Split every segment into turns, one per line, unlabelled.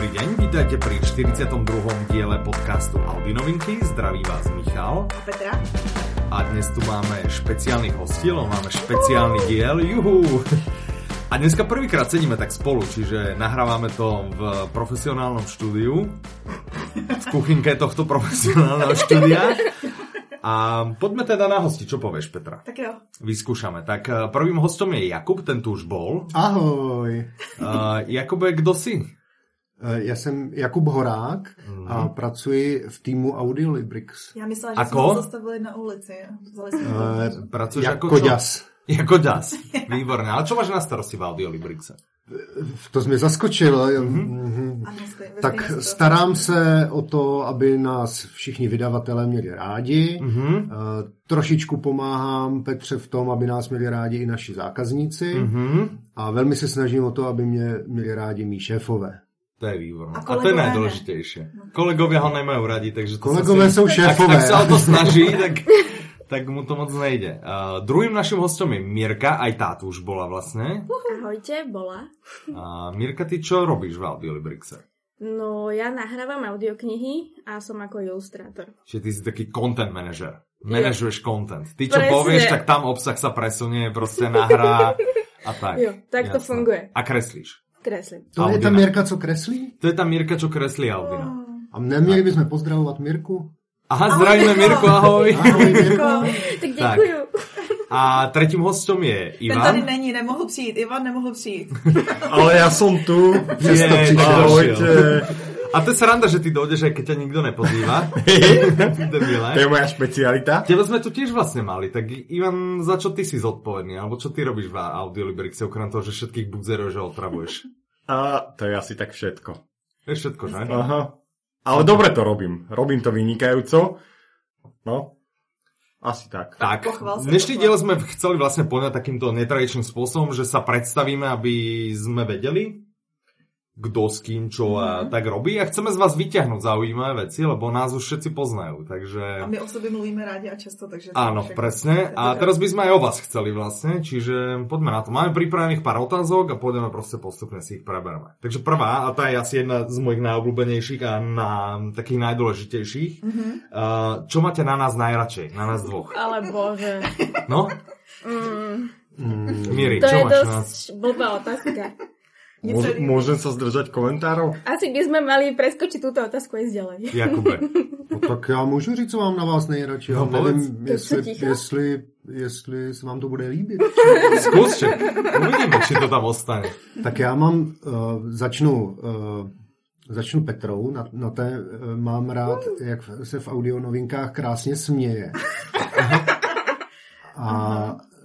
Vítajte pri 42. diele podcastu Audi Novinky. Zdraví vás Michal.
A Petra?
A dnes tu máme špeciálnych hostí, lebo máme špeciálny diel. Juhu! A dneska prvýkrát sedíme tak spolu, čiže nahrávame to v profesionálnom štúdiu. V kuchynke tohto profesionálneho štúdia. A poďme teda na hosti, čo povieš Petra?
Tak jo.
Vyskúšame. Tak eh, prvým hostom je Jakub, ten tu už bol.
Ahoj,
Uh, Jakube, kdo si?
Eh, já jsem Jakub Horák
Mhm.
a pracuji v týmu Audiolibrix.
Já myslela, že
Ako?
jsme se zastavili na ulici. Vzali jsme
Eh,
to.
Pracuješ
Jak
ako čo?
koďas.
Jako das. Výborné. Ale čo máš na starosti v Audiolibrixe?
To jsi mě zaskočil. Mhm.
Ano, skvělé. Ve
Tak
stejném
starám se o to, aby nás všichni vydavatelé měli rádi.
Mhm.
Eh, Trošičku pomáhám Petře v tom, aby nás měli rádi i naši zákazníci.
Mhm.
A velmi se snažím o to, aby mě měli rádi mí šéfové.
To je výborné. A, to
A
je
kolegovia ne.
najdôležitejšie. Kolegovia ho nemajú radi, takže to
Kolegové
sa
jsou
Ak, ak
šéfové.
sa o to snaží, tak, tak mu to moc nejde. Uh, druhým našim hostom je Mirka, aj tá tu už bola vlastne.
Ahojte, bola.
Uh, Mirka, ty čo robíš v Audiolibrixe?
No, ja nahrávam audioknihy a som ako ilustrátor.
Čiže ty si taký content manager. Manažuješ content. Ty čo
Presne.
povieš, tak tam obsah sa presunie, proste nahrá a tak.
Jo, tak to funguje.
A kreslíš.
Kreslím.
To je ta
Audina.
Mirka, co kreslí?
To je tá Mirka, čo kreslí no. Audina.
A neměli bychom pozdravovat Mirku?
Aha, zdravíme Mirku, ahoj.
Ahoj, Mirko.
Tak ďakujem.
A tretím hostom je
Ten tady
Ivan.
není, nemohl přijít. Ivan nemohl přijít.
Ale ja som tu,
Je,
přesto prišiel.
došiel.
Ahojte.
A to je sranda, že ty dojdeš, aj keď ťa nikto nepozýva.
To je
Debile.
moja špecialita.
Teba sme tu tiež vlastne mali, tak Ivan, za čo ty si zodpovedný? Alebo čo ty robíš v Audiolibrixe, okrem toho, že všetkých budzerov, že otravuješ?
A to je asi tak všetko.
To je všetko, že?
Aha. Ale dobre to robím. Robím to vynikajúco. No, asi tak.
Tak,
Pochvál sa,
dnešný
pochvál.
diel sme chceli vlastne poňať takýmto netradičným spôsobom, že sa predstavíme, aby sme vedeli, kto s kým čo a
Mhm.
tak robí a chceme z vás vyťahnuť zaujímavé veci, lebo nás už všetci poznajú,
A
takže...
my o sobě mluvíme rádi a často, takže... to
Áno,
všechno.
presne. A teraz by sme aj o vás chceli vlastne, čiže poďme na to. Máme pripravených pár otázok a pôjdeme proste postupne si ich preberme. Takže prvá, a tá je asi jedna z mojich najobľúbenejších a na takých najdôležitejších.
Mhm.
Eh, Čo máte na nás najradšej? Na nás dvoch.
Ale bože.
No?
Mm,
Mm.
Miri,
to
čo
je
máš na nás?
dosť blbá otázka.
Nic
Môž,
tady-
môžem sa zdržať komentárov?
Asi by sme mali preskočiť túto otázku aj ďalej.
Jakube.
No tak já můžu říct, co mám na vás nejradši.
No
No, nevím,
povedz.
Tak
jestli,
jsi ticho?
jestli, jestli se vám to bude líbit.
Skúste. Uvidíme, či to tam ostane.
tak já mám, uh, začnu, uh, začnu Petrou, na, na té uh, mám rád, jak se v audio novinkách krásně směje. A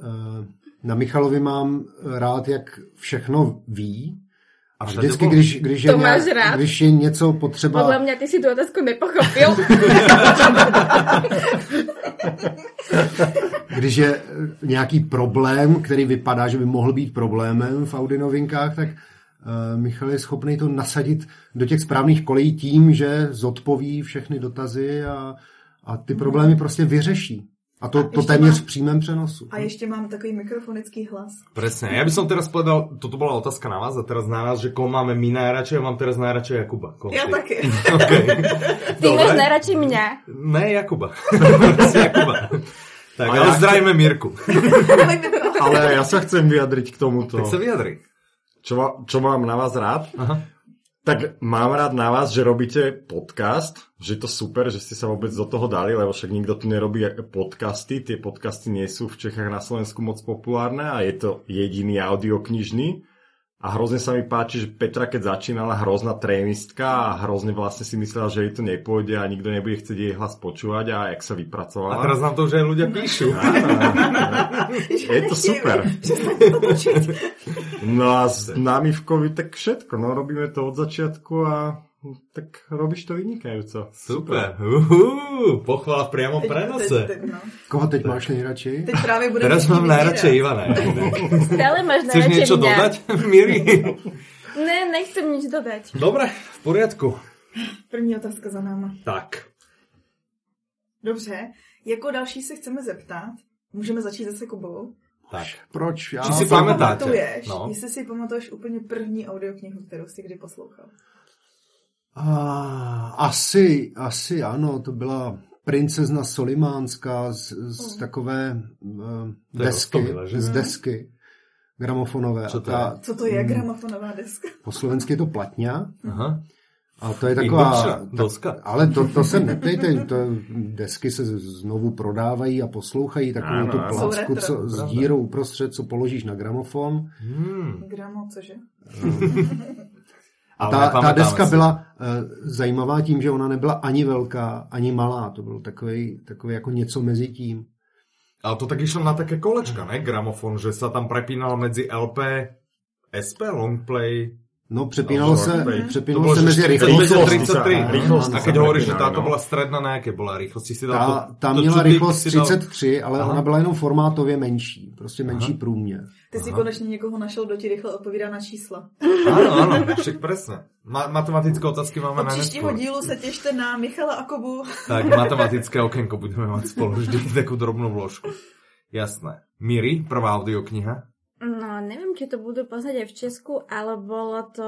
uh, na Michalovi mám rád, jak všechno ví.
A
A
všade
vždycky,
bol.
když, když, je,
To máš rád?
když je něco potřeba...
Podľa mňa ty si tú otázku nepochopil.
Když je eh, nějaký problém, který vypadá, že by mohl být problémem v Audi novinkách, tak eh, Michal je schopný to nasadit do těch správných kolejí tím, že zodpoví všechny dotazy a, a ty problémy prostě vyřeší. A to, to
Mhm. ještě
téměř
má-
v přímém přenosu.
A ještě mám takový mikrofonický hlas.
Presne. Ja by som teraz povedal, toto bola otázka na vás a teraz na nás, že koho máme my najradšej, ja mám teraz najradšej Jakuba. Koho
Já
ty?
taky.
Okay.
Ty máš najradšej mňa.
Ne, Jakuba. Proste Jakuba. Tak,
A
ale
ja-
zdravíme Mirku.
Ale ja sa chcem vyjadriť k tomuto.
Tak sa vyjadri.
Čo, ma- čo mám na vás rád?
Aha.
Tak mám rád na vás, že robíte podcast, že je to super, že ste sa vôbec do toho dali, lebo však nikto tu nerobí podcasty, tie podcasty nie sú v Čechách na Slovensku moc populárne a je to jediný audioknižný. A hrozne sa mi páči, že Petra, keď začínala hrozná trénistka a hrozne vlastne si myslela, že jej to nepôjde a nikto nebude chcieť jej hlas počúvať a jak sa vypracovala.
A teraz nám to už aj ľudia píšu.
Je to super.
Přestaňte to točit.
No a s nami v COVID tak všetko, no robíme to od začiatku a tak robíš to vynikajúco.
Super. Uhú, pochvala v priamom
Teď- teď-
prenose.
teď, no.
Koho teď máš nejradši?
Teď právě bude...
Teraz
všichni
mám
vybírat.
najradšej Ivana.
Stále máš
Chceš
najradšej
niečo
mňa.
dodať, Miri?
Ne, nechcem nič dodať.
Dobre, v poriadku.
První otázka za náma.
Tak.
Dobře. Jako další se chceme zeptat. Můžeme začít zase Kubou.
Tak.
Proč? Já
Či si
jsem-
pamatuješ? Pamatuješ?
Pamatuješ,
No.
jestli si pamatuješ úplně první audioknihu, kterou jsi kdy poslouchal.
A, asi, asi ano, to byla princezna Solimánská z,
Mhm.
z takové uh,
To je
desky,
roztomilé, že?
z
Mhm.
desky gramofonové.
Co
A
to
ta-
Co to je gramofonová deska?
Po slovensky je to platňa.
Aha.
A to je
Indočna
taková...
doska.
ale to, to se neptejte, to, desky se znovu prodávají a poslouchají takovou
Ano,
tu
ano.
placku
Jsou retro.
co, s
Pravda.
dírou uprostřed, co položíš na gramofon.
Hmm.
Gramo, cože?
A
Ale
ta, ta
nepamätáme
deska
si.
byla uh, zajímavá tím, že ona nebyla ani velká, ani malá. To bylo takový, takový jako něco mezi tím.
Ale to tak išlo na také kolečka, ne? Gramofon, že sa tam prepínal medzi LP, SP, longplay.
No, přepínalo
No,
se,
mhm. To
přepínalo
bolo,
se
že
mezi
40,
rychlostí.
33.
Rýchlosť
A
Ano,
sa
keď
prepínali,
hovoríš, že táto
no.
bola stredná, na jaké bola rýchlosti? Si dal
Ta,
to,
ta
to,
měla
čo ty
rychlost
si dal-
33, ale
Aha.
ona byla jenom formátově menší. Prostě menší
Aha.
průměr.
Ty si
Aha.
konečně někoho našel, kdo ti rychle odpovídá na čísla.
Áno, áno, však presne. Ma- matematické otázky máme
Od
na
příštího
neskôr.
dílu se těšte na Michala a Kobu.
Tak, matematické okienko budeme mať spolu vždy takú drobnú vložku. Jasné. Miri, prvá audiokniha.
No, neviem, či to budú poznať aj v Česku, ale bolo to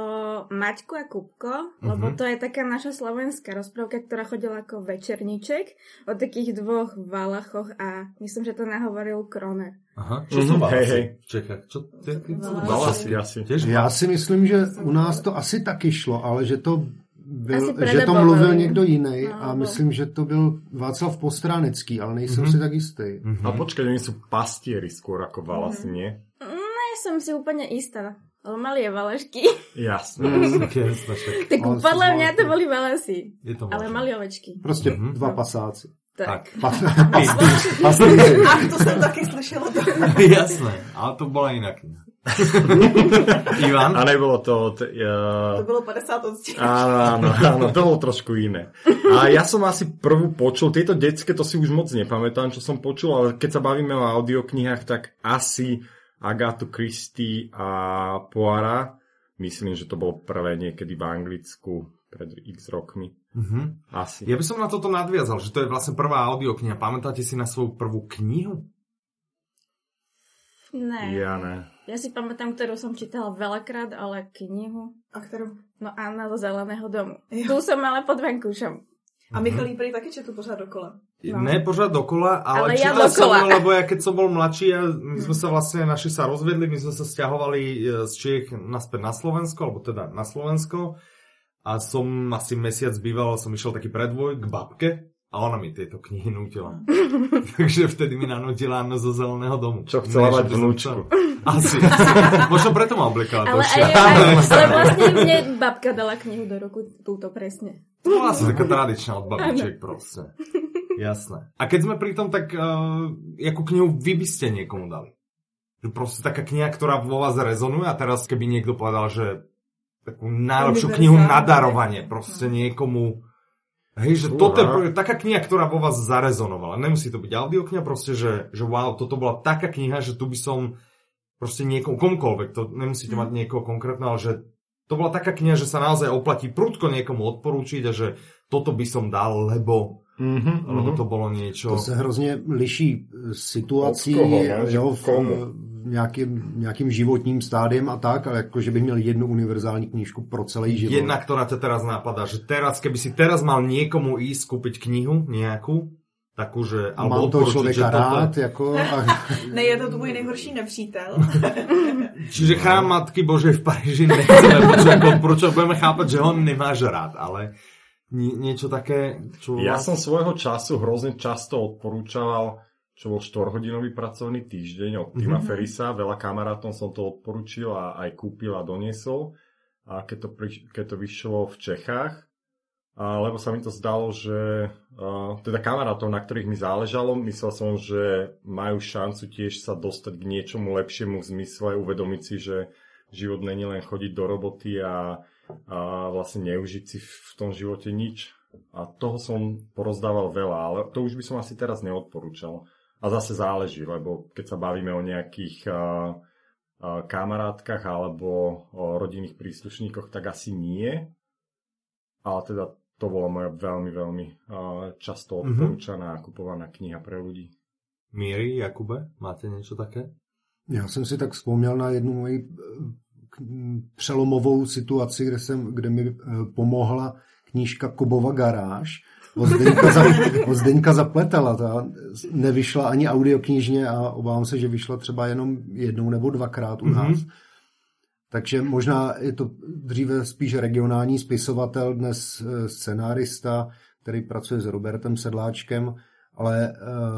Maťko a Kupko, lebo to je taká naša slovenská rozprávka, ktorá chodila ako večerníček o takých dvoch valachoch a myslím, že to nahovoril Krone.
Aha, čo som
Mhm,
mal
hej, hej.
asi v Čechách? Čo, ty,
No,
ty, co to bolo?
Valasy asi.
Tiež
Já si myslím, že u nás to asi taky šlo, ale že to byl,
Asi
že to
predebovali.
mluvil někdo jiný
No,
a
no.
myslím, že to byl Václav Postránecký, ale nejsem
Mhm.
si tak jistý.
Mhm.
A počkaj, oni sú pastieri skôr ako valasy, nie?
Ja som si úplne istá, lebo mali je valašky.
Jasné.
Jasné, však
Tak
Ale sú
podľa mňa to
valašky.
boli valasy,
je to
ale
možné.
mali ovečky.
Prostě
Mhm.
dva pasáci.
Tak.
Tak.
Pas, pas, pasýři.
Ach, to jsem taky slyšela. To.
Jasné, ale to bola iná kniha. Ivan?
A nebolo to... T- uh,
To bylo 50 odstínů.
Áno, áno, áno, to bolo trošku iné. A ja som asi prvú počul, tieto detské, to si už moc nepamätám, čo som počul, ale keď sa bavíme o audioknihách, tak asi Agatha Christie a Poara, myslím, že to bolo prvé niekedy v Anglicku pred x rokmi.
Mhm.
Asi.
Ja by som na toto nadviazal, že to je vlastne prvá audiokniha. Pamätáte si na svoju prvú knihu?
Ne.
Ja ne.
Ja si pamätám, ktorú som čítala veľakrát, ale knihu.
A kterou?
No Anna zo zeleného domu.
Jo.
Tu som mala pod vankúšom.
A Michal jí prý taky četl pořád dokola.
No.
Ne pořád dokola, ale,
Ale ja
čítal som,
dokola. Mm.
ju, lebo ja keď som bol mladší, ja, my sme sa vlastne, naši sa rozvedli, my sme sa stiahovali e, z Čiech naspäť na Slovensko, alebo teda na Slovensko a som asi mesiac býval, som išiel taký predvoj k babke a ona mi tieto knihy nutila. Takže vtedy mi nanútila Anna zo zeleného domu.
Čo chcela
Ne, že
mať
by som
vnúčku.
chcel. Asi, asi. Možno preto ma oblikala
Ale, aj,
dlhšie.
ale, ale vlastne mne babka dala knihu do ruku, túto presne.
To bola asi taká tradičná od babičiek proste. Jasné. A keď sme pri tom, tak uh, jakú knihu vy by ste niekomu dali? Že proste taká kniha, ktorá vo vás rezonuje a teraz keby niekto povedal, že takú najlepšiu
Univerzálne.
knihu na darovanie proste niekomu Hej, že
Fúha.
toto je pr- taká kniha, ktorá vo vás zarezonovala. Nemusí to byť audiokniha, proste, že, že wow, toto bola taká kniha, že tu by som proste niekomu, komkoľvek, to nemusíte mať niekoho konkrétne, ale že to bola taká kniha, že sa naozaj oplatí prudko niekomu odporúčiť a že toto by som dal, lebo,
Mhm,
lebo to bolo niečo...
To se hrozně liší eh, situací,
Od koho, ne?
jo, v,
Komu?
eh, nějakým, nějakým životním stádiem a tak, ale jako, že bych měl jednu univerzální knížku pro celý život.
Jedna, ktorá ťa teraz napadá, že teraz, keby si teraz mal niekomu ísť kúpiť knihu nejakú, takú, že...
a mám toho
odporúčiť, že
člověka
toto je-
rád, jako, a,
Ne, je to tvůj nejhorší nepřítel.
Čiže
No.
chrám Matky Božej v Paríži nechceme počuť, odporúčať, budeme chápať, že ho nemáš rád, ale nie, niečo také, čo...
Ja
vás-
som svojho času hrozne často odporúčaval, čo bol 4-hodinový pracovný týždeň od Tima
Mhm.
Ferisa. Veľa kamarátom som to odporúčil a aj kúpil a doniesol. A keď to, priš- keď to vyšlo v Čechách, a, lebo sa mi to zdalo, že a, teda kamarátov, na ktorých mi záležalo, myslel som, že majú šancu tiež sa dostať k niečomu lepšiemu v zmysle, uvedomiť si, že život není len chodiť do roboty a, a vlastne neužiť si v tom živote nič. A toho som porozdával veľa, ale to už by som asi teraz neodporúčal. A zase záleží, lebo keď sa bavíme o nejakých a, a, kamarátkach alebo o rodinných príslušníkoch, tak asi nie. Ale teda to bola moja veľmi, veľmi a, často
Mhm.
odporúčaná a kupovaná kniha pre ľudí.
Míri, Jakube, máte niečo také?
Já jsem si tak vzpomněl na jednu moji eh, k- m, přelomovou situaci, kde, jsem, kde mi eh, pomohla knížka Kubova garáž od Zdeňka, za, od Zdeňka Zapletala. Ta nevyšla ani audioknižně a obávám se, že vyšla třeba jenom jednou nebo dvakrát u nás. Mm-hmm. Takže možná je to dříve spíš regionální spisovatel, dnes eh, scenárista, který pracuje s Robertem Sedláčkem, ale eh,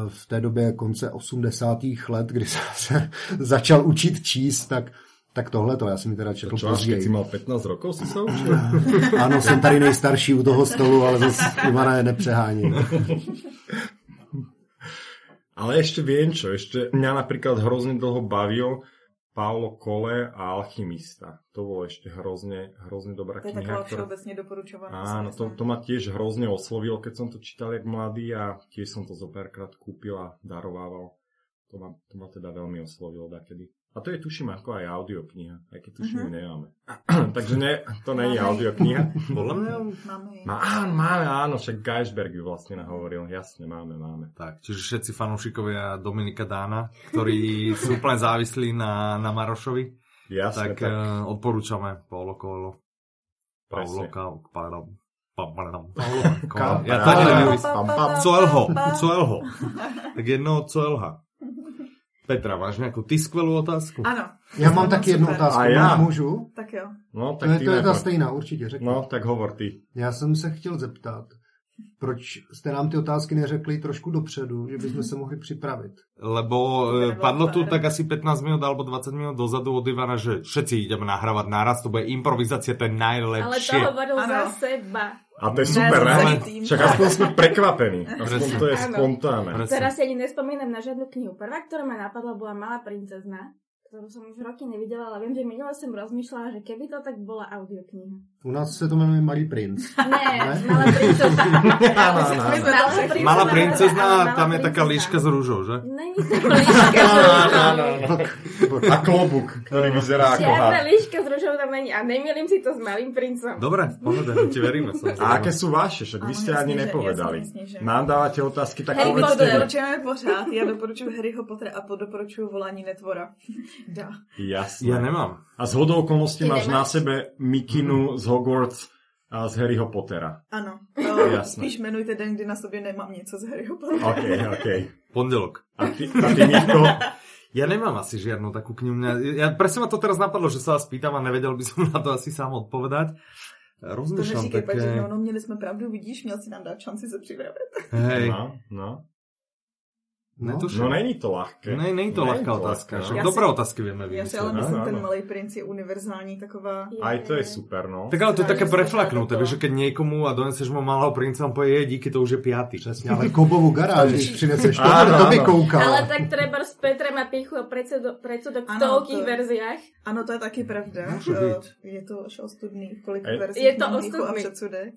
v té době konce 80. let, kdy jsem se začal učit číst, tak tak tohle to, já jsem mi teda četl
Čo, až keď si
později.
mal 15 rokov, si sa učil?
Ano, jsem tady nejstarší u toho stolu, ale zase Ivana je nepřehání.
Ale ešte viem čo, ešte mňa napríklad hrozne dlho bavil Paolo Cole a Alchymista. To bolo ešte hrozne, hrozne dobrá
To je
kniha.
taková
ktorá-
všeobecně doporučovaná.
Áno, to, to ma tiež hrozne oslovilo, keď som to čítal jak mladý a tiež som to zo párkrát kúpil a darovával. To ma, to ma teda veľmi oslovilo dakedy. A to je tuším ako aj audiokniha, aj keď tuším ju nemáme. Takže ne, to není
Mhm. Máme.
audiokniha.
Podľa mňa...
Máme ji.
Má, áno, máme, áno, však Geisberg ju vlastne nahovoril. Jasne, máme, máme.
Tak, čiže všetci fanúšikovia Dominika Dána, ktorí sú úplne závislí na, na Marošovi,
Jasne,
tak,
tak, tak
eh, odporúčame Paolo Coelho. Paolo
presne.
Coelho. Paolo Paolo
Ka-
Coelho. Ja to ani neviem
Paolo.
vysloviť. Coelho, Coelho. Tak jedno Coelha. Petra, máš nejakú ty skvelú otázku?
Ano.
Já mám taky jednu
Super.
otázku,
A já.
můžu?
Tak jo.
No,
To je,
tak ty
to je ta
najprv.
stejná, určitě řeknu.
No, tak hovor ty.
Já jsem se chtěl zeptat, proč jste nám ty otázky neřekli trošku dopředu, že bychom se mohli připravit.
Lebo e, padlo tu tak asi 15 minút alebo 20 minút dozadu od Ivana, že všetci ideme nahrávať naraz, to bude improvizácia, to je
Ale to
najlepšie.
hovoril
Áno.
za seba.
A to je
Ne,
super,
sme
ne?
celý tým.
Však aspoň sme prekvapení. Aspoň
Presne.
to je
Áno.
spontánne.
Presne.
Teraz si ani nespomínam na žiadnu knihu. Prvá, ktorá ma napadla, bola Malá princezna, ktorú som už roky nevidela, ale viem, že minule som rozmýšľala, že keby to tak bola audiokniha.
U nás se to jmenuje Malý princ.
Ne, Malá princezna.
Áno, áno, áno.
Malá princezna,
Malá
tam je taká
princezna.
líška s rúžou, že?
Není to líška.
No, Áno, áno, áno. no, A klobúk, ktorý vyzerá ako had.
Žiadna líška s ružou tam není. A nemýlim si to s Malým princom.
Dobre, povedem, ti veríme.
A aké sú vaše? Však vy
Áno,
ste
jasne,
ani
že-
nepovedali.
jasne, že-
Nám dávate otázky, tak
Harry
Harry
povedzte.
Potter
vy.
doporučujeme pořád. Já doporučuji Harryho Pottera a doporučuji volání netvora. Da.
Jasné.
Ja nemám.
A z hodou okolností
Ty
máš na
nemáš?
sebe mikinu z Hogwarts a z Harryho Pottera.
Ano. To
Jasné.
spíš jmenujte den, kdy na sobě nemám něco z Harryho Pottera.
OK, OK.
Pondelok.
A ty, a ty Mirko?
Ja nemám asi žiadnu takú knihu. Mňa, ja, presne ma to teraz napadlo, že sa vás pýtam a nevedel by som na to asi sám odpovedať.
To
Rozmýšľam
neříkej,
také...
protože no, no, měli jsme pravdu, vidíš, měl si nám dát šanci se připravit.
Hej,
No, no.
No.
netuším.
No není to ľahké.
Ne, nie je to
Není
ľahká otázka.
no.
Však
Ja si-
dobré otázky vieme
Já si ale
vymyslieť.
Ano,
myslím,
ano.
ten malý princ je univerzální taková...
Aj to je super, no.
Tak ale to je
Ja
také
som
preflaknuté,
to
vieš, že keď niekomu a doneseš mu malého princa, on povie, je, díky, to už je piatý.
Přesně, ale Kobovu garáž, když přineseš to,
Ano,
to by
ano.
koukal.
Ale tak treba s Petrem a Pichu a predsudo- predsudok v
Áno,
toľkých
to-
verziách.
Ano, to je taky pravda.
Může
Eh,
být.
Je to až ostudný, kolik
Je-
verzí
Je to
mám mýchu a
ostudný.
předsudek.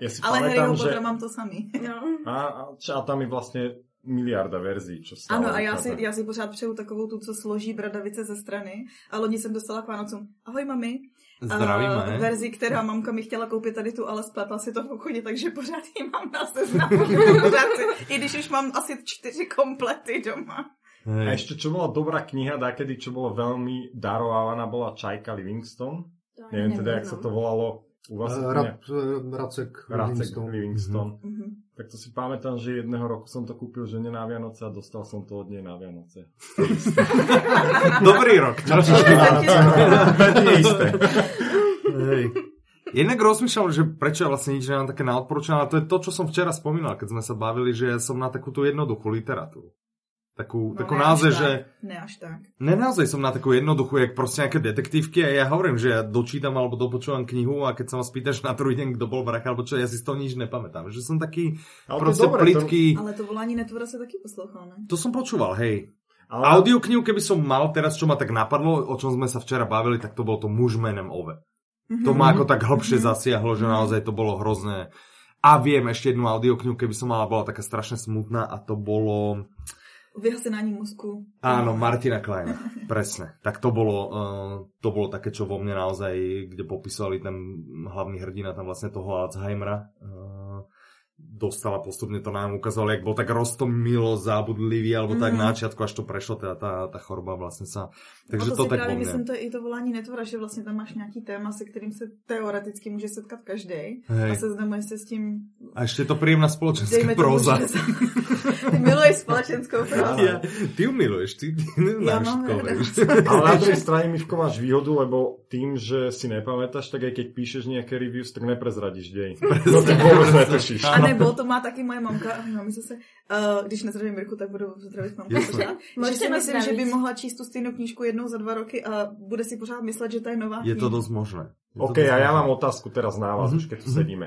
Ja si
Ale Harryho
pamätám, že...
Pottera mám to samý.
No.
A, a, čo- a tam je vlastne miliarda verzií, čo stále
Ano, a já si,
vychádza.
já si pořád přeju takovou tu, co složí bradavice ze strany. A loni jsem dostala k Vánocům. Ahoj, mami. A
Zdravíme.
Eh, verzi, která mamka mi chtěla koupit tady tu, ale spletla si to v obchodě, takže pořád ji mám na seznamu. Pořád si- I když už mám asi čtyři komplety doma.
Hej.
A ešte čo bola dobrá kniha, dakedy, čo bola veľmi darovávaná, bola Čajka Livingstone.
To ani
Neviem teda,
neviem,
jak sa
no.
to volalo u vás.
Eh,
Rad...
Rad, eh, Racek,
Vlastne Racek
Livingstone.
Livingstone.
Mhm.
Tak to si pamätám, že jedného roku som to kúpil žene na Vianoce a dostal som to od nej na Vianoce.
Dobrý rok.
Na příští Vánoce.
Nie isté.
Hej. Inak rozmýšľam, že prečo ja vlastne nič nemám také na odporúčanie, ale to je to, čo som včera spomínal, keď sme sa bavili, že ja som na takúto jednoduchú literatúru. Takú, no, takú
ne,
naozaj,
až
že...
tak. Ne, až tak.
Ne, naozaj som na takú jednoduchú, jak proste nejaké detektívky a ja hovorím, že ja dočítam alebo dopočúvam knihu a keď sa ma spýtaš na druhý deň, kto bol vrah alebo čo, ja si z toho nič nepamätám. Že som taký
Ale to je
proste
dobré,
plitký... To...
Ale to volání netvora se taky poslouchal, ne?
to som počúval, hej.
To... Ale...
Audioknihu, keby som mal teraz, čo ma tak napadlo, o čom sme sa včera bavili, tak to bol to muž menem Ove. To ma ako tak hlbšie
Mhm.
zasiahlo, že naozaj to bolo hrozné. A viem ešte jednu audioknihu, keby som mala, bola taká strašne smutná a to bolo...
Vyhasenání mozku.
Áno, Martina Kleina. Presne. Tak to bolo, uh, to bolo také, čo vo mne naozaj, kde popisovali ten hlavný hrdina tam vlastne toho Alzheimera. Uh, dostala postupne, to nám ukázalo, jak bol tak roztomilo, zábudlivý, alebo
Mhm.
tak na začiatku, až to prešlo, teda tá, tá choroba vlastne sa... Takže
a No to,
to,
si
tak
právě
po mne.
myslím, to je i to volání netvora, že vlastně tam máš nějaký téma, se kterým se teoreticky může setkat každý.
Hej.
A seznamuje se s tím,
A ešte je to príjemná spoločenská
dejme tomu,
próza.
že Ty miluješ společenskou prozu.
Ja, ty ju miluješ, ty, ty
Já
neznáš
mám
to,
ráda.
vieš.
Ale na druhej strane, Mivko, máš výhodu, lebo tým, že si nepamätáš, tak aj keď píšeš nejaké reviews, tak neprezradíš dej. No tak vôbec netušíš.
A nebo to má taky moje mamka, a mám se, uh, když nezdravím Mirku, tak budu zdravit mamku.
Jasně.
pořád. Že
Můžete
si
mě
myslím, že by
zdravit.
mohla číst tu stejnou knížku jednou za dva roky a bude si pořád myslet, že ta je nová
Je to
kniha.
dosť možné. Je to
No, OK,
dosť
a ja
možné.
mám otázku teraz na vás,
Mhm.
už keď tu sedíme.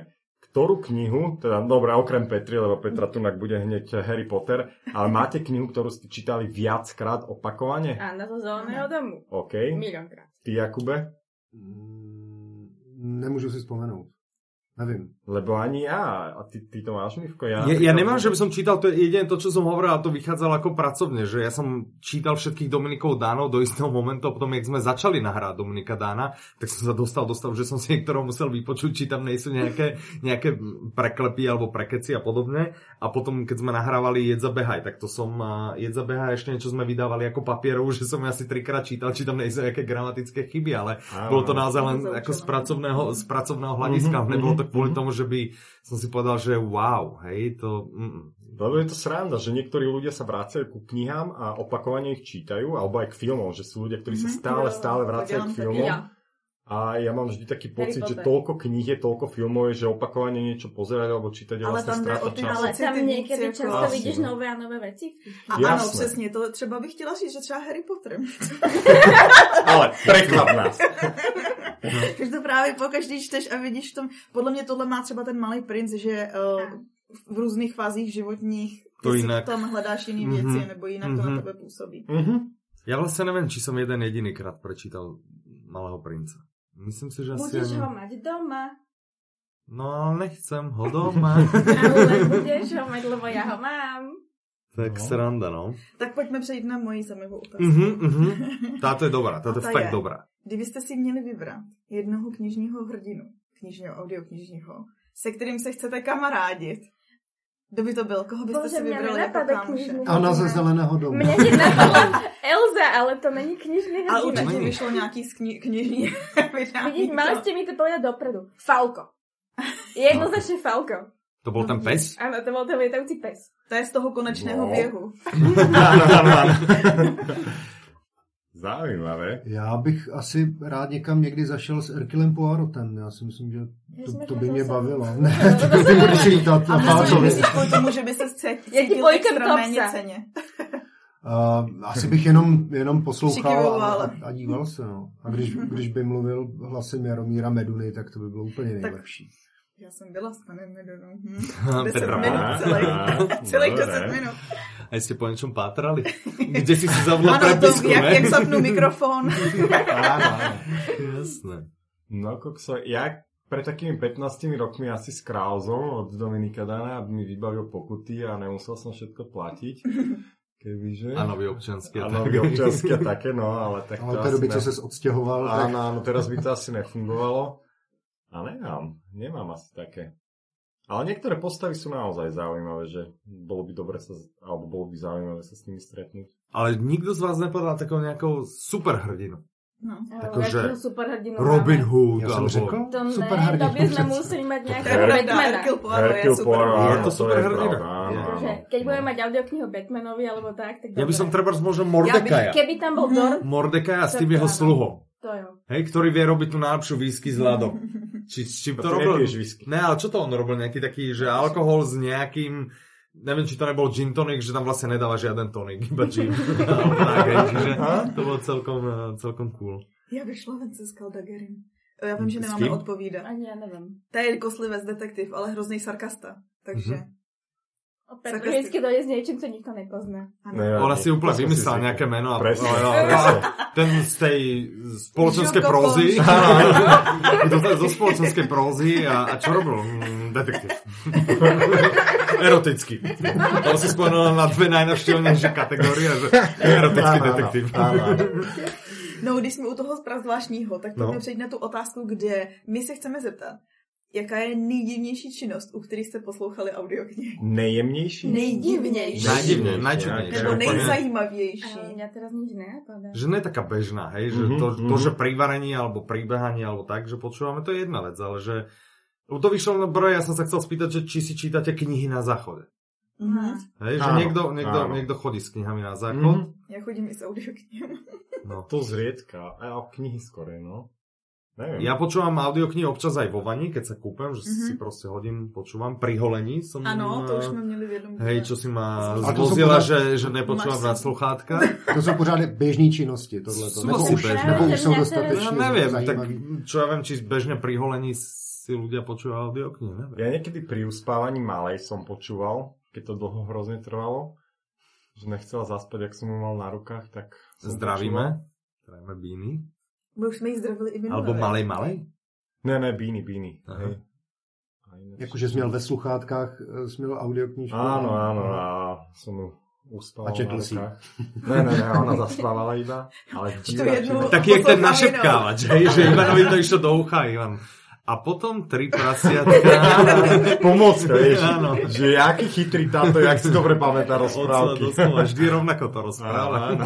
Ktorú knihu, teda dobre, okrem Petri, lebo Petra tunak bude hneď Harry Potter, ale máte knihu, ktorú ste čítali viackrát opakovane?
A na to zeleného domu.
OK.
Hm.
Milionkrát.
Ty, Jakube?
Mm, Nemůžu si vzpomenout. Nevím.
Lebo ani ja. A ty, ty to máš, Mivko? Ja,
Ja, ja nemám, že by som čítal, to je jedine to, čo som hovoril, a to vychádzalo ako pracovne, že ja som čítal všetkých Dominikov Dánov do istého momentu, a potom, jak sme začali nahrávať Dominika Dána, tak som sa dostal do stavu, že som si niektorého musel vypočuť, či tam nejsú nejaké, nejaké preklepy alebo prekeci a podobne. A potom, keď sme nahrávali Jedza Behaj, tak to som a Jedza Behaj ešte niečo sme vydávali ako papierov, že som asi trikrát čítal, či tam nejsú nejaké gramatické chyby, ale
Áno.
bolo to naozaj len
Zaučované.
ako z pracovného, z pracovného hľadiska.
Mhm,
Nebolo
mhm,
to kvôli
mhm.
tomu, že by som si povedal, že wow, hej, to... Mm,
Lebo No, je to sranda, že niektorí ľudia sa vracajú ku knihám a opakovane ich čítajú, alebo aj k filmom, že sú ľudia, ktorí sa
Mhm.
stále,
Jo,
stále
to
vracajú
dělám
k
taky
filmom.
Ja.
A ja mám vždy taký
Harry
pocit, že
Potter.
toľko kníh je, toľko filmov je, že opakovane niečo pozerať alebo čítať je
Ale
vlastne
tam jde
strata
o ty-
času.
Ale tam
Citlivci
niekedy
ako-
často
Vlastne.
vidíš nové a nové veci.
A ano,
Jasné.
přesně, to třeba bych chtěla říct, že třeba Harry Potter.
Ale preklad nás.
Že to právě po každý čteš a vidíš v tom, podle mě tohle má třeba ten malý princ, že uh, v různých fázích životních
To
ty si
jinak.
tam hledáš jiný
Mhm.
věci, nebo jinak to
Mhm.
na tebe působí.
Mhm.
Ja vlastne neviem, či som jeden jediný krát prečítal Malého princa. Myslím si, že asi...
Budeš ho
Ani...
mať doma.
No ale nechcem ho doma.
Ale budeš ho mať, lebo ja ho mám.
tak
No.
sranda, no.
Tak pojďme přejít na moji samého otázku.
Mhm, mhm. Táto je dobrá, táto je
A tá
fakt
je.
dobrá.
Kdybyste si měli vybrat jednoho knižního hrdinu, knižního, audioknižního, se kterým se chcete kamarádit, kdo by to byl? Koho byste
Bože,
si
mňa
vybrali jako
nenapadá
kámoše?
knižný
Ana ze
hrdina.
zeleného domu.
Mne hneď napadla Elza, ale to není knižný
Ale
hrdina.
určitě
Není.
vyšlo nějaký z kni- knižní
Vidíš,
vydání.
mali ste mi to povedať dopredu. Falko. Jednoznačne Falko.
To bol ten pes?
Áno, to bol ten lietajúci pes.
To je z toho konečného
No.
běhu.
Áno, áno, áno. Zaujímavé.
Já bych asi rád někam někdy zašel s Erkilem Poirotem. Já si myslím, že to, to by mě bavilo. Ne,
No,
to by ty budeš lítat.
A
na
myslím, že
pásově.
myslíš kvůli tomu, že by se cítil
Já ti
cítil
pojďkem
extra
topsa.
méně ceně.
Uh, asi bych jenom, jenom poslouchal a,
Přikyvoval.
a, a díval se. No. A když, když by mluvil hlasem Jaromíra Meduny, tak to by bylo úplně nejlepší.
Já jsem byla s panem Medonou. Hm. Deset
Petra
minut
Mala.
celý. Celých
Dobre.
10 minut.
Aj ste po niečom pátrali? Kde si si zavodla
Ano,
prepisku,
to, jak, jak
ne?
zapnu mikrofon.
Ano, ano.
Jasné.
No kokso, ja pred takými 15 rokmi asi s Krauzom od Dominika Dana mi vybavil pokuty a nemusel som všetko platiť. Kebyže...
Áno, vy občanské.
Áno,
tak.
vy občanské také, no, ale tak
Ale v
to
té
asi
době, co
ne-
se odstěhoval, tak
Áno, áno, teraz by to asi nefungovalo. A nemám, nemám asi také. Ale niektoré postavy sú naozaj zaujímavé, že bolo by dobre sa, z- alebo bolo by zaujímavé sa s nimi stretnúť.
Ale nikto z vás nepovedal takého nejakého superhrdinu.
No.
Takože
Jakého superhrdinu
Robin
máme?
Hood.
já jsem
alebo-
řekl,
To ne,
superhrdinu
to by sme
přece.
museli mať nejakého
Hercule
Batmana.
Hercule Poirot No, je super.
Hercule Poirot,
Je
áno,
to super
je
hrdina.
pravda, áno,
Je.
áno.
Že keď
No.
budeme mať audioknihu Batmanovi alebo tak, tak
Ja by
dobre.
som treba možno
Ja by-
Mordekaja.
Keby tam bol Dor,
Mordekaja s
Tak
tým jeho
áno.
sluhom.
to jo.
Hej, ktorý vie robiť tú najlepšiu whisky s ľadom. Či, či
To
to
je
robil...
tiež whisky.
Ne, ale čo to on robil? Nejaký taký, že alkohol s nejakým... Neviem, či to nebol gin tonic, že tam vlastne nedáva žiaden tonic, iba gin. Alebo tak, hej, Čiže to bolo celkom, eh, celkom cool.
Já bych šla ven se Skaldagerim. Já vím, že
S
nemáme
kým?
odpovídat.
Ani ja neviem.
To je koslivec detektiv, ale hrozný sarkasta. Takže...
Opäť
Sarkastické.
vždycky dojde s niečím, čo nikto nepozná.
Nevadí.
Ona si úplne
To sme
vymyslela
si-
nejaké meno. A, No,
Presne.
a, a, a, ten z tej spoločenskej
Žoko
prózy.
Ponč.
To je zo spoločenskej prózy. A, a čo robil? Mm, Detektív. Eroticky. To si spomenula na dve najnavštevnejšie kategórie. Že erotický
Áno, áno,
detektív.
áno, áno.
No, když jsme u toho zvláštního, tak pojďme
No.
přejít na tu otázku, kde my se chceme zeptat, Jaká je nejdivnější činnost, u které jste poslouchali audioknihy?
Nejjemnější?
Nejdivnější.
Najdivne,
Najdivnejšie,
najčudnejšie.
Nebo
Ne-
nejzajímavější.
Ale mňa teraz nič nenapadá.
Že nie je taká bežná, hej, že
Mhm,
to, to,
mhm.
že pri varení alebo pri behaní alebo tak, že počúvame, to je jedna vec, ale že to vyšlo na broje, ja som sa chcel spýtať, že či si čítate knihy na záchode.
Mhm.
Hej, že
Áno,
niekto, niekto,
áno.
niekto chodí s knihami na záchod.
Mhm.
Já chodím i s audioknihami.
No.
To zriedka. A knihy skorej, no. Neviem.
Ja počúvam audioknihy občas aj vo vani, keď sa kúpem, že si
Mhm.
proste hodím, počúvam. Pri holení som...
Ano, to už
eh,
jsme měli vědomí.
Hej, čo si ma
A to som
zvozila,
povedal-
že, že nepočúvam
Máš
na sluchátka.
To jsou pořád běžné činnosti, tohle.
Jsou
Nebo
asi
už,
běžné.
nebo už jsou
Já
Ja
No,
dostatečně
neviem, tak
zajímavý.
čo ja viem, či bežne pri holení si ľudia počúvajú audioknihy, neviem.
Ja niekedy pri uspávaní malej som počúval, keď to dlho hrozne trvalo, že nechcela zaspať, ak som ju mal na rukách, tak... som počúval.
Zdravíme. Zdravíme Bíny.
My už jsme ji zdravili i minule.
Alebo Malej Malej.
Ne, ne, Bíny, Bíny.
Aha.
Hej. A ináč-
Jakože jsi měl ve sluchátkách, eh, jsi měl audioknížku.
Áno, áno, a som ju uspával
A četl
na
si.
rukách. Ne, ne, ne, ona zaspávala iba. Ale
to jednu-
Tak...
Taký je ten
Poslouchám
našepkávač, hej, že Ivanovi to išlo do ucha, Ivan. A potom tri prasiatka.
Pomoc, vieš.
Áno.
Že aký chytrý táto, jak si dobre pamätá
Doslova,
rozprávky.
doslova, vždy rovnako to rozpráva.
Áno, áno.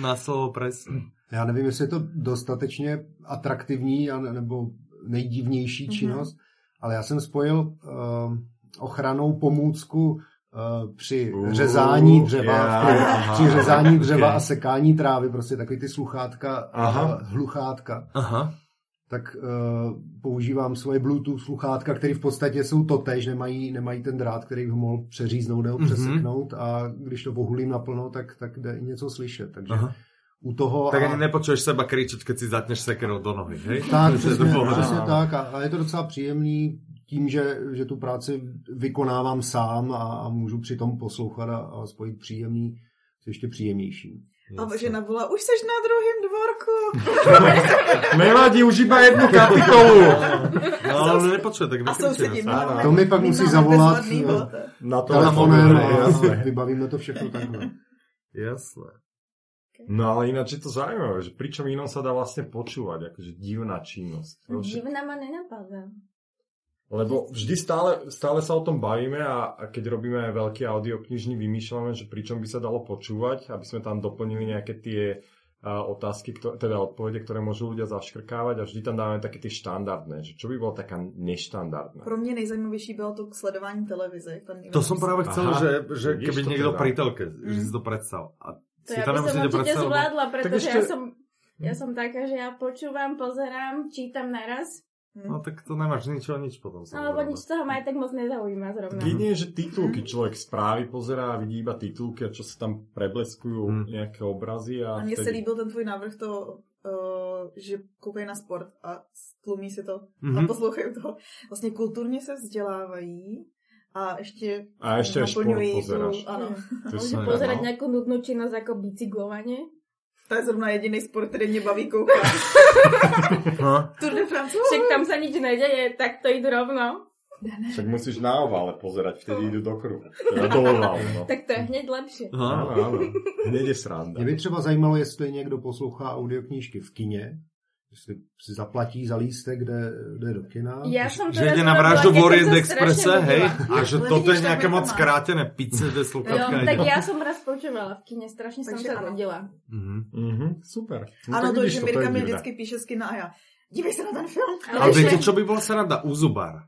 Na slovo presne.
Já nevím, jestli je to dostatečně atraktivní a- nebo nejdivnější činnost, ale já jsem spojil ehm, ochranou pomůcku eh, při
Uh,
řezání dřeva,
já,
při-
aha,
při řezání dřeva
okay.
a sekání trávy, prostě takový ty sluchátka,
Aha.
eh, hluchátka,
Aha.
tak eh, používám svoje Bluetooth sluchátka, které v podstatě jsou totéž, nemají, nemají ten drát, který by ho mohl přeříznout nebo
Mhm.
přeseknout a když to vohulím naplno, tak, tak jde i něco slyšet. Takže
Aha.
u toho...
Tak
a-
ani nepočuješ seba kričať, keď si zatneš sekerou do nohy, hej?
Tak,
Že je
přesně,
to pohoda.
přesně tak. A, a je to docela příjemný tím, že, že tu práci vykonávám sám a, a můžu přitom poslouchat a, a spojit příjemný s ještě příjemnější.
A žena volá, už seš na druhém dvorku.
Nevadí, už iba jednu kapitolu.
No, ale on nepočuje, tak
A sousedí.
nekričí.
my
nás.
Áno.
máme-
To mi pak
my
musí
máme
zavolat,
bezvadný
jo.
hlad.
Na
Telefonem
dobre, jasné.
a vybavíme to všechno takhle.
Jasné.
No ale ináč je to zaujímavé, že pri čom inom sa dá vlastne počúvať, akože divná činnosť.
Divná ma nenapadá.
Lebo vždy stále, stále sa o tom bavíme a, a keď robíme aj veľký audioknižný, vymýšľame, že pri čom by sa dalo počúvať, aby sme tam doplnili nejaké tie a, otázky, ktoré, teda odpovede, ktoré môžu ľudia zaškrkávať a vždy tam dávame také tie štandardné, že čo by bolo taká neštandardná.
Pro mě nejzajímavější bylo to k sledování televize. jak Pan Ivan
To som práve chcel,
Aha,
že, že
vidíš,
keby
to
niekto
teda.
pri telke, že
Mm.
si to predstav. A
To
si teda
ja
to
by som
nemusíte
určite
predstavovať. lebo-
zvládla, pretože
ešte-
ja som, ja som taká, že ja počúvam, pozerám, čítam naraz,
Hm.
No tak to nemáš nič o nič potom.
no, lebo nič z toho ma aj tak moc nezaujíma zrovna.
Jedine, že titulky človek správy pozerá a vidí iba titulky a čo sa tam
Hm.
prebleskujú nejaké obrazy a,
A mně se
vtedy-
líbil ten tvůj návrh to, eh, že koukají na sport a tlumí si to a
Mhm.
poslouchají to. Vlastně kulturně se vzdělávají a ještě
a ešte aj šport
naplňují
pozeráš.
tu... Ano,
To je
Môžem
super,
pozerať
no.
nejakú nudnú činnosť ako bicyklovanie.
to je zrovna jediný sport, který mě baví koukat.
No.
Tour de France.
Však tam sa nič nedeje, tak to idú rovno.
Však musíš na ovále pozerať, vtedy idú do kruhu. Teda do ovále, no.
Tak to je hneď lepšie.
Áno,
No.
áno. Hneď je sranda.
Mě by třeba zajímalo, jestli někdo poslouchá audioknížky v kině, jestli si zaplatí za lístek, kde jde do kina.
Ja som
Že
teraz
ide na
urobila,
vraždu v
keď som sa
Orient
strašne
Expresse, hej?
nudila.
A že
Ale
toto je
vidíš, tak
nejaké
mi to
moc
má.
skrátené pice, že
Jo,
sluchatka
tak
ide.
ja som raz počúvala v kine, strašne som
Takže
sa
áno.
nudila.
Mhm.
Mhm, super. No
Ano,
tak
to,
vidíš
že
je
Mirka mi
divné.
vždycky píše z kina a já. Dívej se na ten film.
Ale
že-
viete, čo by bola sranda? U zubára.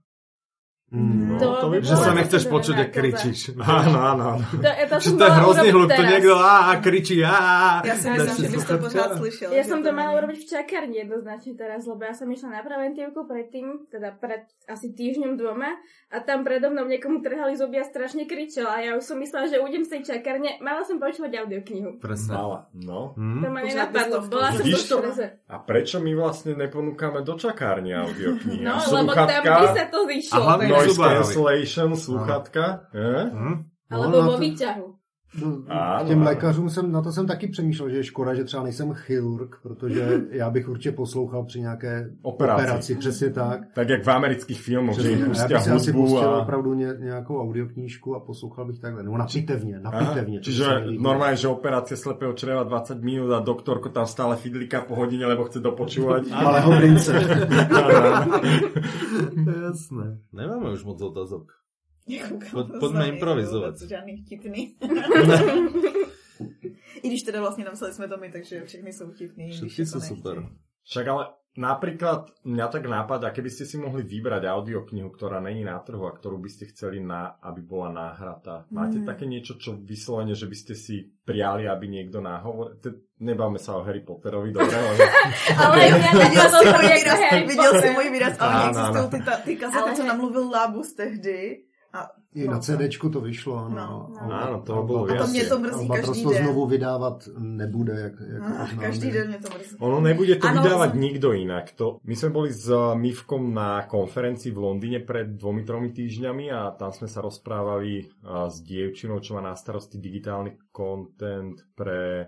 Mm.
No,
To
to by
by
Že
bolo-
sa
bolo-
nechceš
to by
počuť,
bola
ak kričíš.
Áno, áno, áno.
To, ja to,
Že
som
to je
mala
hrozný
urobiť
hluk, to
teraz.
niekto á, á, kričí á. á.
Já si
Dáš
myslím,
si
že bys to
sluchatka.
pořád slyšel.
Ja
že
som to mala
není-
urobiť v čakárni jednoznačne teraz, lebo ja som išla na preventívku predtým, teda pred asi týždňom dvoma a tam predo mnou niekomu trhali zuby a strašne kričel a ja už som myslela, že ujdem z tej čakárne. Mala som počúvať audioknihu.
Presne.
Mala. No.
Hm?
To ma
Už
nenapadlo,
na
bola som v
Vidíš?
štrese.
A prečo my vlastne neponúkame do čakárne audioknihy?
No,
A
lebo tam
sluchatka,
by sa to
A
zišlo.
hlavne-
noise
Zubárovi.
cancellation, sluchatka. Eh?
Hm?
Alebo
No, no
vo
to-
výťahu.
do,
Ano,
k No, těm
ano.
lékařům jsem, na to jsem taky přemýšlel, že je škoda, že třeba nejsem chirurg, protože já bych určitě poslouchal při nějaké
Operaci.
operaci, operaci přesně tak.
Tak jak v amerických filmoch, že
Přesně,
im
já
pustia
bych si asi
hudbu
pustil
a...
opravdu ně, nějakou audioknížku a poslouchal bych takhle, nebo napitevně,
Aha,
napitevně. to se mi
čiže
líbí.
normálne, že operácia slepého čreva 20 minút a doktorko tam stále fidlika po hodine, lebo chce dopočúvať.
Malého brince.
Jasné. Nemáme už moc otázok.
Nekoukala
Pod-
jsem
pojďme
se,
improvizovat.
vůbec Žádný vtipný. I když teda vlastně napsali jsme to my, takže všechny jsou vtipný. i když
Všetky
je to
sú
ne-
super.
Však ale napríklad mňa tak nápadá, keby ste si mohli vybrať audioknihu, ktorá není na trhu a ktorú by ste chceli, na, aby bola náhrata. Máte
Mm.
také niečo, čo vyslovene, že by ste si priali, aby niekto náhovor... Te, nebáme sa o Harry Potterovi, dobre? Ale...
Ale ja
Viděl jsi můj
jak
výraz,
Harry
viděl jsi
Potter.
můj výraz,
Ano,
ale
ano.
neexistují ty, ta- ty kasety,
Ale-
co namluvil Lábus tehdy.
I na CDčku to vyšlo. Ano,
No,
no.
Áno, to bolo
A to
Jasně.
mě to mrzí
Albatros
každý
to
den.
znovu vydávat nebude, jak, jak
Ah,
oznámili.
Každý den mě to mrzí.
Ono nebude to
Áno,
vydávať
som-
nikto inak. To, my sme boli s uh, Mivkom na konferencii v Londýne pred dvomi, tromi týždňami a tam sme sa rozprávali uh, s dievčinou, čo má na starosti digitálny content pre...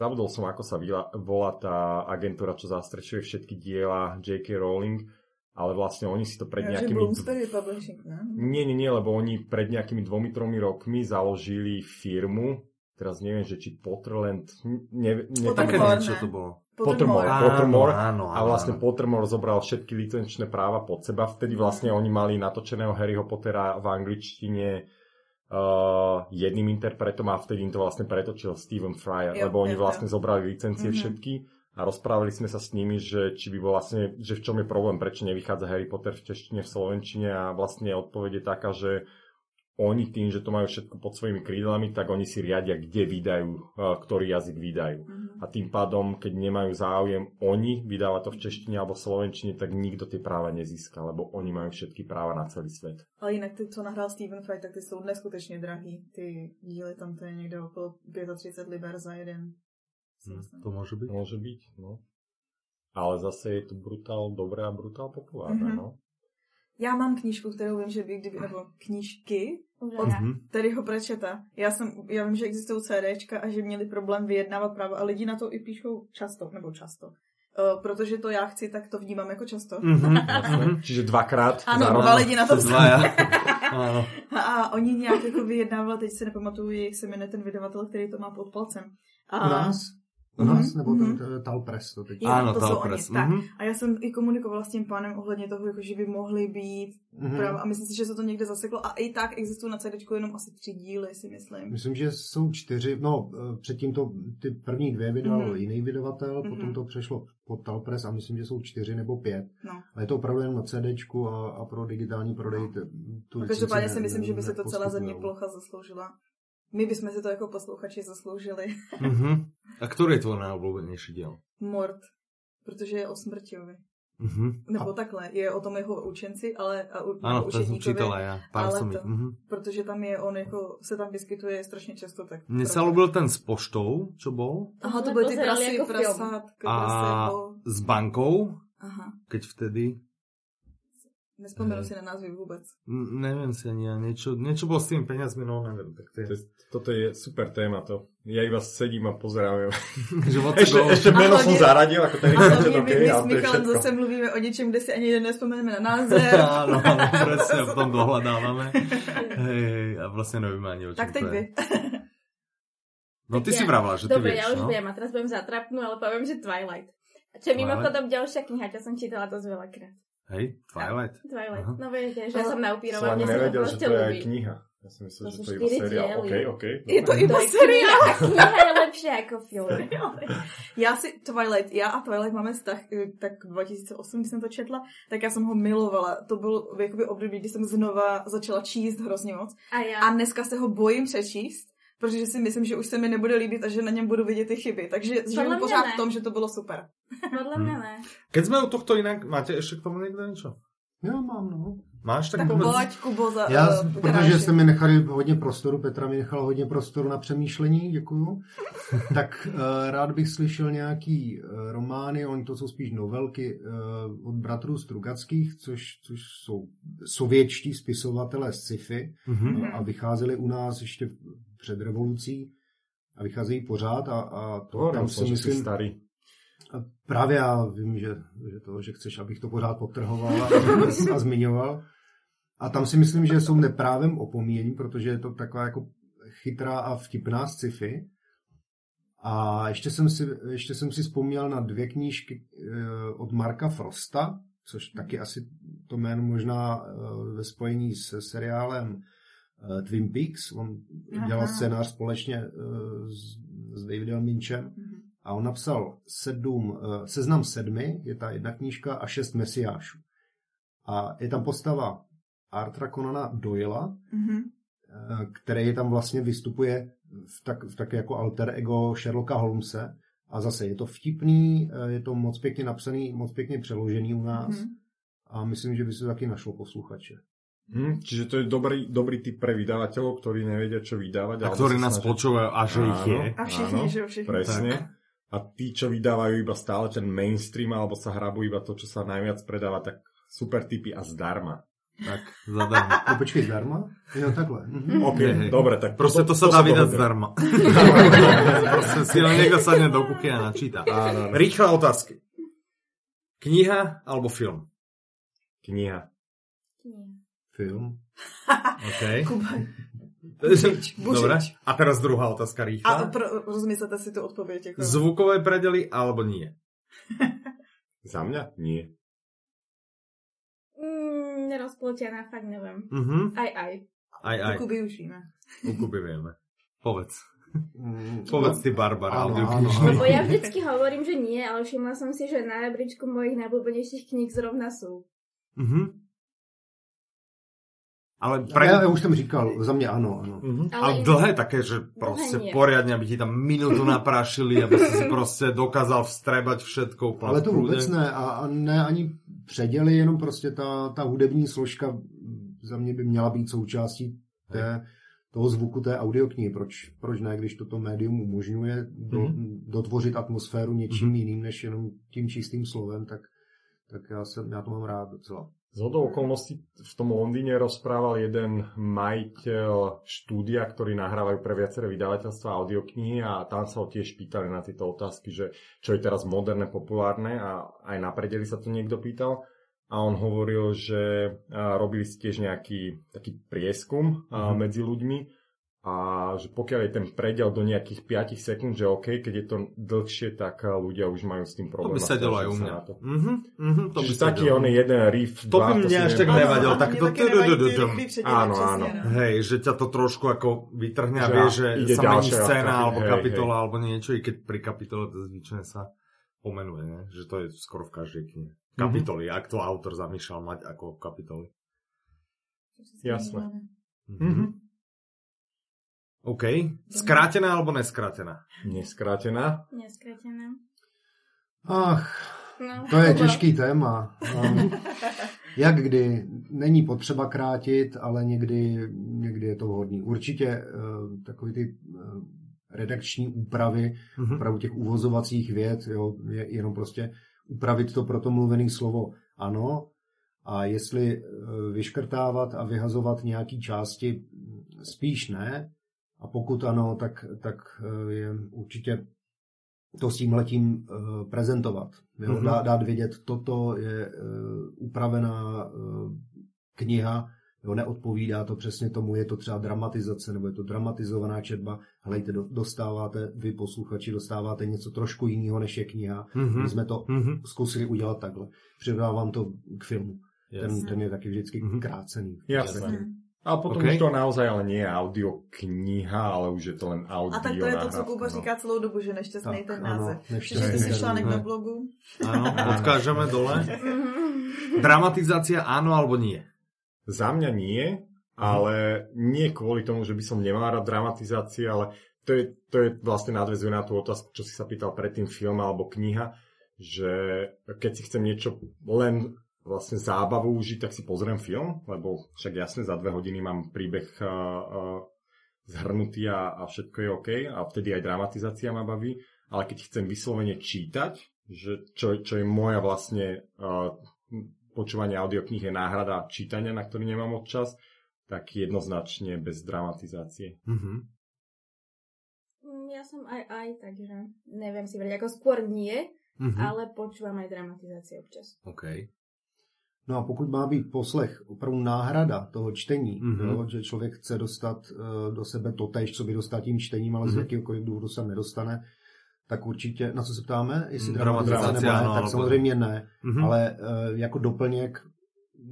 Zabudol som, ako sa vyla- volá tá agentúra, čo zastrešuje všetky diela J.K. Rowling, ale vlastne oni si to pred
Já, že
nejakými...
Bloomsbury Publishing, ne?
Nie, nie, nie, lebo oni pred nejakými dvomi, tromi rokmi založili firmu, teraz neviem, že či Potterland... hm, Ne, ne,
Potterland.
Také
Pottermore,
niečo
ne?
to bolo.
Pottermore.
Pottermore.
Pottermore.
No áno,
A vlastne Pottermore zobral všetky licenčné práva pod seba. Vtedy vlastne oni mali natočeného Harryho Pottera v angličtine uh, jedným interpretom a vtedy im to vlastne pretočil Stephen Fry,
Jo,
lebo oni
jo,
vlastne zobrali licencie
Mhm.
všetky a rozprávali sme sa s nimi, že či by bol vlastne, že v čom je problém, prečo nevychádza Harry Potter v češtine, v slovenčine a vlastne odpoveď je taká, že oni tým, že to majú všetko pod svojimi krídlami, tak oni si riadia, kde vydajú, eh, ktorý jazyk vydajú
Mhm.
a tým pádom, keď nemajú záujem oni vydávať to v češtine alebo v slovenčine, tak nikto tie práva nezíska, lebo oni majú všetky práva na celý svet.
Ale jinak ty, co nahrál Stephen Fry, tak ty jsou neskutečně drahý. Ty díly tam to je někde okolo 35 liber za jeden. Si myslím.
To môže byť.
Môže byť, no. Ale zase je to brutál dobré a brutál populárne,
Mhm.
no.
Já mám knížku, kterou vím, že by kdyby, nebo knížky,
Úžasné.
Mhm.
Tady ho prečeta. Já, jsem, já vím, že existují CDčka a že měli problém vyjednávat práva a lidi na to i píšou často, nebo často. Uh, protože to já chci, tak to vnímám jako často.
Mhm.
Čiže dvakrát
Ano,
za
no,
rok.
dva lidi na to psali.
Dvaja. Áno.
A oni nějak jako vyjednávali, teď se nepamatuju, jak se jmenuje ten vydavatel, který to má pod palcem.
U
A,
nás? U nás?
Mhm,
Nebo ten
mhm.
t- Talpress No. to teď.
Jo,
Áno,
to
to
sú
okres.
oni, tak.
Mhm.
a já jsem i komunikovala s tím pánem ohledně toho, jako že by mohly být
Mhm.
práva. A myslím si, že se to někde zaseklo. A i tak existují na CDčku jenom asi tři díly, si myslím.
Myslím, že jsou čtyři, no eh, předtím to, ty první dvě vydal
Mhm.
jiný vydavatel, potom
Mhm.
to přešlo pod Talpress a myslím, že jsou čtyři nebo pět.
No.
A je to opravdu jen na CDčku a, a pro digitální prodej t- tu
No,
licenci
každopádně si
ne-
myslím,
ne-
že by se to celá
neposkytujou.
země plocha zasloužila. My bychom si to jako posluchači zasloužili.
Mhm. A ktorý je tvoj najobľúbenejší diel?
Mort. Protože je o smrťovi.
Mhm.
Nebo takhle, je o tom jeho učenci, ale a u,
Áno, to
o
som
učedníkovi,
čítala ja. Pár
ale
som
to-
ich. Mhm.
Protože tam je on jako, se tam vyskytuje strašně často. Tak
Mne sa
proto-
ľúbil ten s poštou, čo bol,
Aha, to
Tohle
byly ty
pozerali
prasy,
jako film.
prasátka,
A-
prasy,
s bankou,
Aha,
keď vtedy,
nespomenu
Eh.
si na názvy vůbec.
m, neviem si ani ja, niečo, niečo bolo s tými peniazmi, no neviem, tak to je,
To je- Toto je super téma to. Ja iba sedím a pozerám.
že moc
Ešte,
bolo-
ešte meno
A
som
hlavne-
zaradil, ako ten
A hlavně my,
okay,
my
ale
s
to je
Michalem
všetko.
zase mluvíme o něčem, kde si ani jeden nespomeneme na název.
Áno, áno, presne, v tom dohľadávame. Hej, hej, a vlastne nevieme ani o čom
tak teď
to je.
vy.
No ty
Tak
si
ja-
vravila, že ty
Dobre,
vieš,
ja už
no?
viem a teraz budem zatrapnú, ale poviem, že Twilight. Čo je mimochodom ďalšia kniha, čo som čítala dosť veľakrát.
Hej, Twilight.
Twilight.
Aha.
No viete, že ja
Ale-
som
Som
naupírovala,
ani
mne sa to
nevedel, že
proste
to je aj
ľúbi.
kniha. Ja som myslel,
To
že
sú
to je iba
štyri
seriál.
diely.
OK, OK.
Je to
dobre.
iba seriál.
Kniha je lepšia ako film.
Já si Twilight, já a Twilight máme vztah eh, tak 2008, když jsem to četla, tak já jsem ho milovala. To byl jakoby období, kdy jsem znova začala číst hrozně moc.
A ja...
A dneska se ho bojím přečíst, protože si myslím, že už se mi nebude líbit a že na něm budu vidět ty chyby. Takže žiju
mě
pořád
ne.
v tom, že to bylo super.
Podľa mňa ne.
Keď sme u tohto inak, máte ešte k tomu niekto niečo?
Jo, mám, no.
Máš tak,
Tak
povedz?
pojď, Kubo, za
Já,
eh,
protože
garáži.
jste mi nechali hodně prostoru, Petra mi nechala hodně prostoru na přemýšlení, děkuju, tak eh, rád bych slyšel nějaký eh, romány, oni to jsou spíš novelky eh, od bratrů Strugackých, což, což jsou sovětští spisovatelé z sci-fi
Mhm.
eh, a vycházeli u nás ještě před revolucí a vycházejí pořád a, a to
Hovorím,
tam si
som, že si
myslím,
starý.
právě já vím, že, že to, že chceš, abych to pořád podtrhoval a, a zmiňoval. A tam si myslím, že jsou neprávem opomíjení, protože je to taková jako chytrá a vtipná sci-fi. A ještě jsem, si, ještě jsem si vzpomněl na dvě knížky eh, od Marka Frosta, což taky asi to jméno možná eh, ve spojení se seriálem eh, Twin Peaks. On dělal
Aha.
scénář společně eh, s, s Davidem Lynchem.
Mhm.
A on napsal sedm, eh, seznam sedmi, je ta jedna knížka, a šest mesiášů. A je tam postava Artra Conana Doyla,
Mhm.
eh, který tam vlastně vystupuje v tak, v tak jako alter ego Sherlocka Holmese. A zase je to vtipný, eh, je to moc pěkně napsaný, moc pěkně přeložený u nás.
Mhm.
A myslím, že by se to taky našlo posluchače.
Hm, čiže to je dobrý, dobrý typ pre vydavateľov, ktorí nevedia, čo vydávať.
A
alebo
ktorí
sa
nás
snažia-
počúvajú a že ich je.
A všichni,
Áno,
že jo, všichni.
Presne. A tí, čo vydávajú iba stále ten mainstream, alebo sa hrabú iba to, čo sa najviac predáva, tak super typy a zdarma.
Tak, zadarmo.
No počkej, zdarma? Jo, takhle. Mhm.
OK,
Hej, hej.
dobre, tak
Proste to sa dá
som
vydať
pochopil.
zdarma. Proste si len niekto sadne do kuchy a načíta.
Áno, áno.
Rýchle otázky. Kniha alebo film?
Kniha.
Film.
OK.
Kuba. bužič.
Dobre. A teraz druhá otázka
A
rýchla.
pro, rozmyslete si tu odpověď. Jako.
Zvukové predely alebo nie?
Za mňa? Nie.
Mm, rozpletená, fakt neviem.
Mhm.
Aj, aj.
Aj, aj.
Kuby už víme.
U Kuby vieme. Povedz.
Mm,
Povedz ty, Barbara.
Áno,
audioknižný.
Lebo ja vždycky hovorím, že nie, ale všimla som si, že na rebríčku mojich najblúbenejších kníh zrovna sú.
Mhm. Ale
Pre... no, Já, já
pre...
už jsem říkal, za mě ano, ano.
Mhm.
Ale
inak-
dlhé také, že proste
nie.
poriadne, aby ti tam minútu naprášili, aby si si proste dokázal vstrebať všetko. úplne
Ale
v
to
kľude.
vůbec ne, a, a ne ani předěly, jenom prostě ta, ta hudební složka za mě by měla být součástí té, toho zvuku té audioknihy. Proč, proč ne, když toto médium umožňuje do, mm-hmm. dotvořit atmosféru něčím
Mhm.
mm-hmm. jiným, než jenom tím čistým slovem, tak, tak já, jsem, já to mám rád docela.
Z hodou okolností v tom Londýne rozprával jeden majiteľ štúdia, ktorý nahrávajú pre viaceré vydavateľstva audioknihy a tam sa ho tiež pýtali na tieto otázky, že čo je teraz moderné, populárne a aj na predeli sa to niekto pýtal a on hovoril, že a, robili si tiež nejaký taký prieskum a,
Mhm.
medzi ľuďmi a že pokiaľ je ten predel do nejakých 5 sekúnd, že OK, keď je to dlhšie, tak a, ľudia už majú s tým
To by
problém. a
sedelo aj u
stiažujú sa
mňa.
na to.
Mhm, mhm, to by
Čiže
sedelo.
taký on jeden riff,
To by
dva,
mňa
si
až tak
neviem-
nevadilo,
Ano,
tak
mě
to-
taky
tu- tu-
nevadí
tu-
ty
tu-
rychlý předěly,
Ano,
přesně,
ano.
no.
Hej, že ťa to trošku ako vytrhne a
Že
vie, že
ide
sa mení
ďalšia
scéna
kapitola,
alebo
hej,
kapitola alebo niečo, i keď pri kapitole to zvyčajne sa pomenuje, ne? že to je skoro v každej knihe. Kapitoly, ak to autor zamýšľal mať ako kapitoly.
Jasné.
Mhm. OK. Skrátená alebo neskrátená?
Neskrátená.
Neskratená.
Ach,
No,
to je
Kuba.
těžký téma. Ehm, Jak kdy? Není potřeba krátit, ale někdy, někdy je to vhodný. Určitě eh, takový ty eh, redakční úpravy
Mhm.
úpravu těch uvozovacích věd, jo, je jenom prostě upravit to pro to mluvené slovo ano a jestli eh, vyškrtávat a vyhazovat nějaký části mm, spíš ne a pokud ano, tak, tak eh, je určitě to s tímhletím eh, prezentovat. Jo,
Mhm.
dá, dát vědět, toto je eh, upravená eh, kniha, jo, neodpovídá to přesně tomu, je to třeba dramatizace nebo je to dramatizovaná četba, Hlejte, do- dostáváte, vy posluchači, dostáváte něco trošku jiného, než je kniha.
Mhm.
My jsme to
Mhm.
zkusili udělat takhle. Předávám to k filmu. Ten,
Jasné.
ten je taky vždycky
Mhm.
krácený.
Jasné.
Mhm.
A
OK.
potom okay. už to naozaj ale nie je audio kniha, ale už je to len audio
A tak to je to, co
nahrávka,
Kuba
no.
říká celou dobu, že nešťastný ten název. Přečtěte si
nešťastný.
článek
Ne.
na blogu.
Áno, odkážeme dole.
Mhm.
Dramatizácia áno alebo nie?
Za mňa nie, ale nie kvôli tomu, že by som nemal rád dramatizácie, ale to je, to je vlastne nadvezuje na tú otázku, čo si sa pýtal predtým film alebo kniha, že keď si chcem niečo len vlastne zábavu užiť, tak si pozriem film, lebo však jasne za dve hodiny mám príbeh a, a, zhrnutý a, a všetko je OK a vtedy aj dramatizácia ma baví, ale keď chcem vyslovene čítať, že čo, čo je moja vlastne a, počúvanie audiokníh je náhrada čítania, na ktorý nemám moc čas, tak jednoznačne bez dramatizácie.
Mhm.
ja som aj aj, takže neviem si vedieť, ako skôr nie,
Mhm.
ale počúvam aj dramatizácie občas.
OK.
No a pokud má být poslech opravdu náhrada toho čtení,
Mhm.
mm-hmm. jo, že člověk chce dostat eh, do sebe to tež, co by dostal tím čtením, ale mm-hmm. z
Mhm.
jakýkoliv důvodu se nedostane, tak určitě, na co se ptáme, jestli
Mm,
dramatizace
dramatizace,
nebo ne,
ano,
tak
ale-
samozřejmě ne,
Mhm.
ale eh, jako doplněk,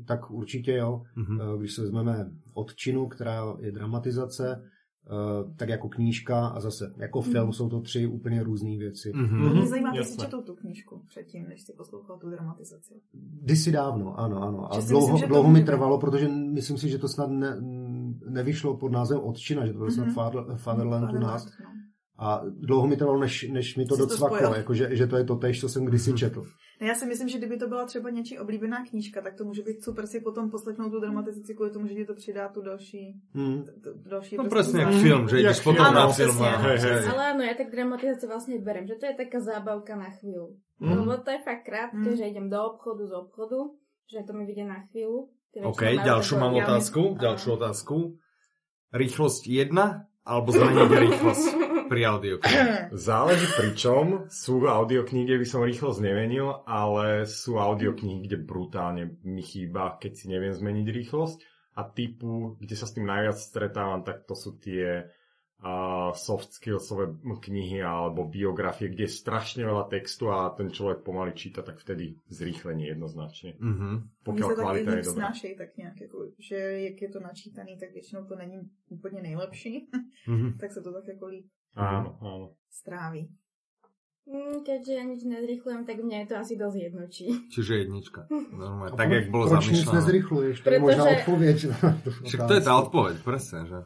tak určitě jo,
Mhm.
Eh, když se vezmeme odčinu, která je dramatizace, eh, tak jako knížka a zase jako film
Mhm.
jsou to tři úplně různé věci.
Mhm.
Mhm,
Mě zajímá, ty si
jasné.
četl tu knížku předtím, než si poslouchal tu dramatizaci.
Kdysi dávno, ano, ano. A
Že si
dlouho,
myslím, že to
dlouho mi
bude.
trvalo, protože myslím si, že to snad ne, nevyšlo pod názvem Otčina, že to byl snad
Mhm.
mm-hmm. Fatherland u nás.
No.
A dlouho mi trvalo, než, než mi to
Jsi to
docvaklo,
spojil.
jako, že, že to je to tež, co jsem
Mhm.
kdysi četl.
Ne, No, Já si myslím, že kdyby to byla třeba něčí oblíbená knížka, tak to může být super si potom poslechnout tu dramatizaci kvůli tomu, že ti to přidá tu další...
Mm.
tu- tu další
No
prostě
presne jak
uznání.
film, že
Jak
ideš potom
film.
na
Áno,
film.
presne,
áno,
hej, hej.
presne.
Ale áno, ja tak dramatizácie vlastne berem, že to je taká zábavka na chvíľu.
Mhm.
Mm.
Lebo to je fakt krátke,
Mm.
že idem do obchodu z obchodu, že to mi vyjde na chvíľu. Tie
OK,
väčšinou majú
ďalšiu
takú-
mám
ja-
otázku.
áno.
Ďalšiu otázku. Rýchlosť 1 alebo zmeniť rýchlosť pri audio.
Záleží pričom. Sú audioknihy, kde by som rýchlosť nemenil, ale sú audioknihy, kde brutálne mi chýba, keď si neviem zmeniť rýchlosť. A typu, kde sa s tým najviac stretávam, tak to sú tie uh, soft skillsové knihy alebo biografie, kde je strašne veľa textu a ten človek pomaly číta, tak vtedy zrýchlenie jednoznačně.
Mhm.
Mně
Pokiaľ
se tak
kvalita
lidi
je dobrá.
snášejí tak nějak, jako, že jak je to načítaný, tak většinou to není úplně nejlepší,
Mhm.
tak se to tak jako líp
Áno, áno.
stráví.
Mm, Keďže ja nič nezrychľujem, tak mňa je to asi dosť jednočí.
Čiže jednička. Normálne,
A
tak,
proč-
jak bolo
proč nic
zamýšľané.
nezrychluješ? To je
Protože-
možná odpověď. na tu
Však to je tá
otázku.
odpoveď, presne, že?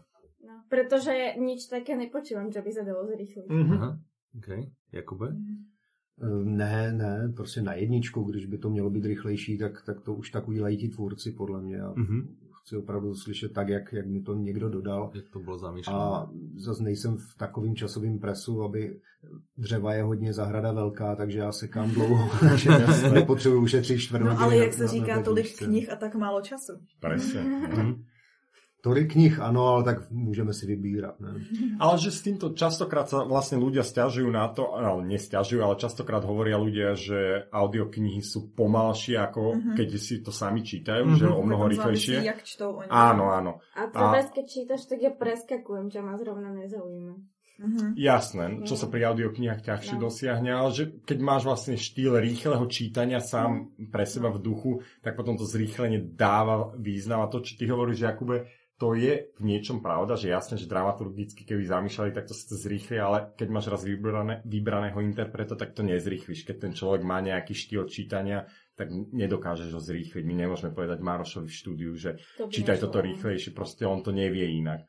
No, pretože nič také nepočúvam, čo by sa dalo zrýchliť.
Mhm.
Aha. OK. Jakube?
Eh, Ne, ne, prostě na jedničku, když by to mělo být rychlejší, tak, tak to už tak udělají ti tvůrci, podle mě. A
Mhm.
chci opravdu slyšet tak, jak, jak mi to někdo dodal.
Jak to bolo zamýšľané?
A zase nejsem v takovém časovém presu, aby dřeva je hodně, zahrada velká, takže já sekám dlouho, takže nepotřebuji ušetřit čtvrt
No
hodiny
ale
na-
jak se
na- na
říká,
té
tolik
knížce.
knih a tak málo času.
Presne.
Mhm.
Tolik knih, ano, ale tak můžeme si vybírat. Ne?
Ale že s týmto častokrát sa vlastne ľudia stiažujú na to, ale nestiažujú, ale častokrát hovoria ľudia, že audioknihy sú pomalšie ako
Mhm.
keď si to sami čítajú,
Mhm.
že o mnoho
Potom
rýchlejšie.
závisí, jak čtou oni.
Áno, áno.
A to a...
A-
keď čítaš, tak ja preskakujem, čo ma zrovna nezaujíma.
Mhm.
Jasné, čo sa pri audioknihách ťažšie
No.
dosiahne, ale že keď máš vlastne štýl rýchleho čítania
No.
sám pre seba v duchu, tak potom to zrýchlenie dáva význam. A to, čo ty hovoríš, Jakube, to je v niečom pravda, že jasne, že dramaturgicky, keby zamýšľali, tak to sa zrýchli, ale keď máš raz vybrané, vybraného interpreta, tak to nezrýchliš. Keď ten človek má nejaký štýl čítania, tak nedokážeš ho zrýchliť. My nemôžeme povedať Marošovi v štúdiu, že
To by
čítaj
nešlo.
toto
No.
rýchlejšie, proste on to nevie inak.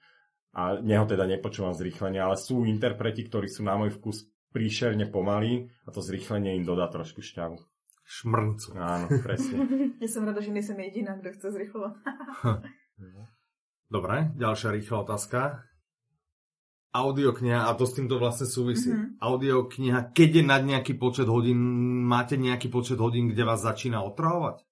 A neho teda nepočúvam zrýchlenie, ale sú interpreti, ktorí sú na môj vkus príšerne pomalí a to zrýchlenie im dodá trošku šťavu.
Šmrncu.
Áno, presne.
Já jsem ráda, že nejsem jediná, kdo chce zrychlovat.
Dobre, ďalšia rýchla otázka. Audiokniha, a to s týmto vlastne súvisí.
Mhm.
Mm-hmm. Audiokniha, keď je nad nejaký počet hodín, máte nejaký počet hodín, kde vás začína otravovať?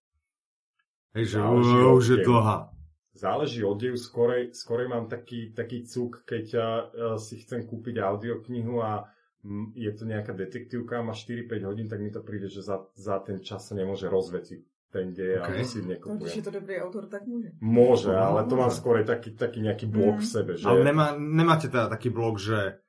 Hej, že
Záleží
"Ó,
od
už je
deju."
dlhá.
Záleží od deju, skorej, skorej mám taký, taký cuk, keď ja, e, si chcem kúpiť audioknihu a mm, je to nejaká detektívka, má 4-5 hodín, tak mi to príde, že za, za ten čas sa nemôže rozvetiť ten dej
Ok. No,
okay.
No,
a už si
když je
nekupujem.
to dobrý autor, tak může.
Môže, ale to mám
Môže.
skorej taký, taký nejaký blok v
Mm.
sebe. Že...
Ale nemá, nemáte teda taký blok, že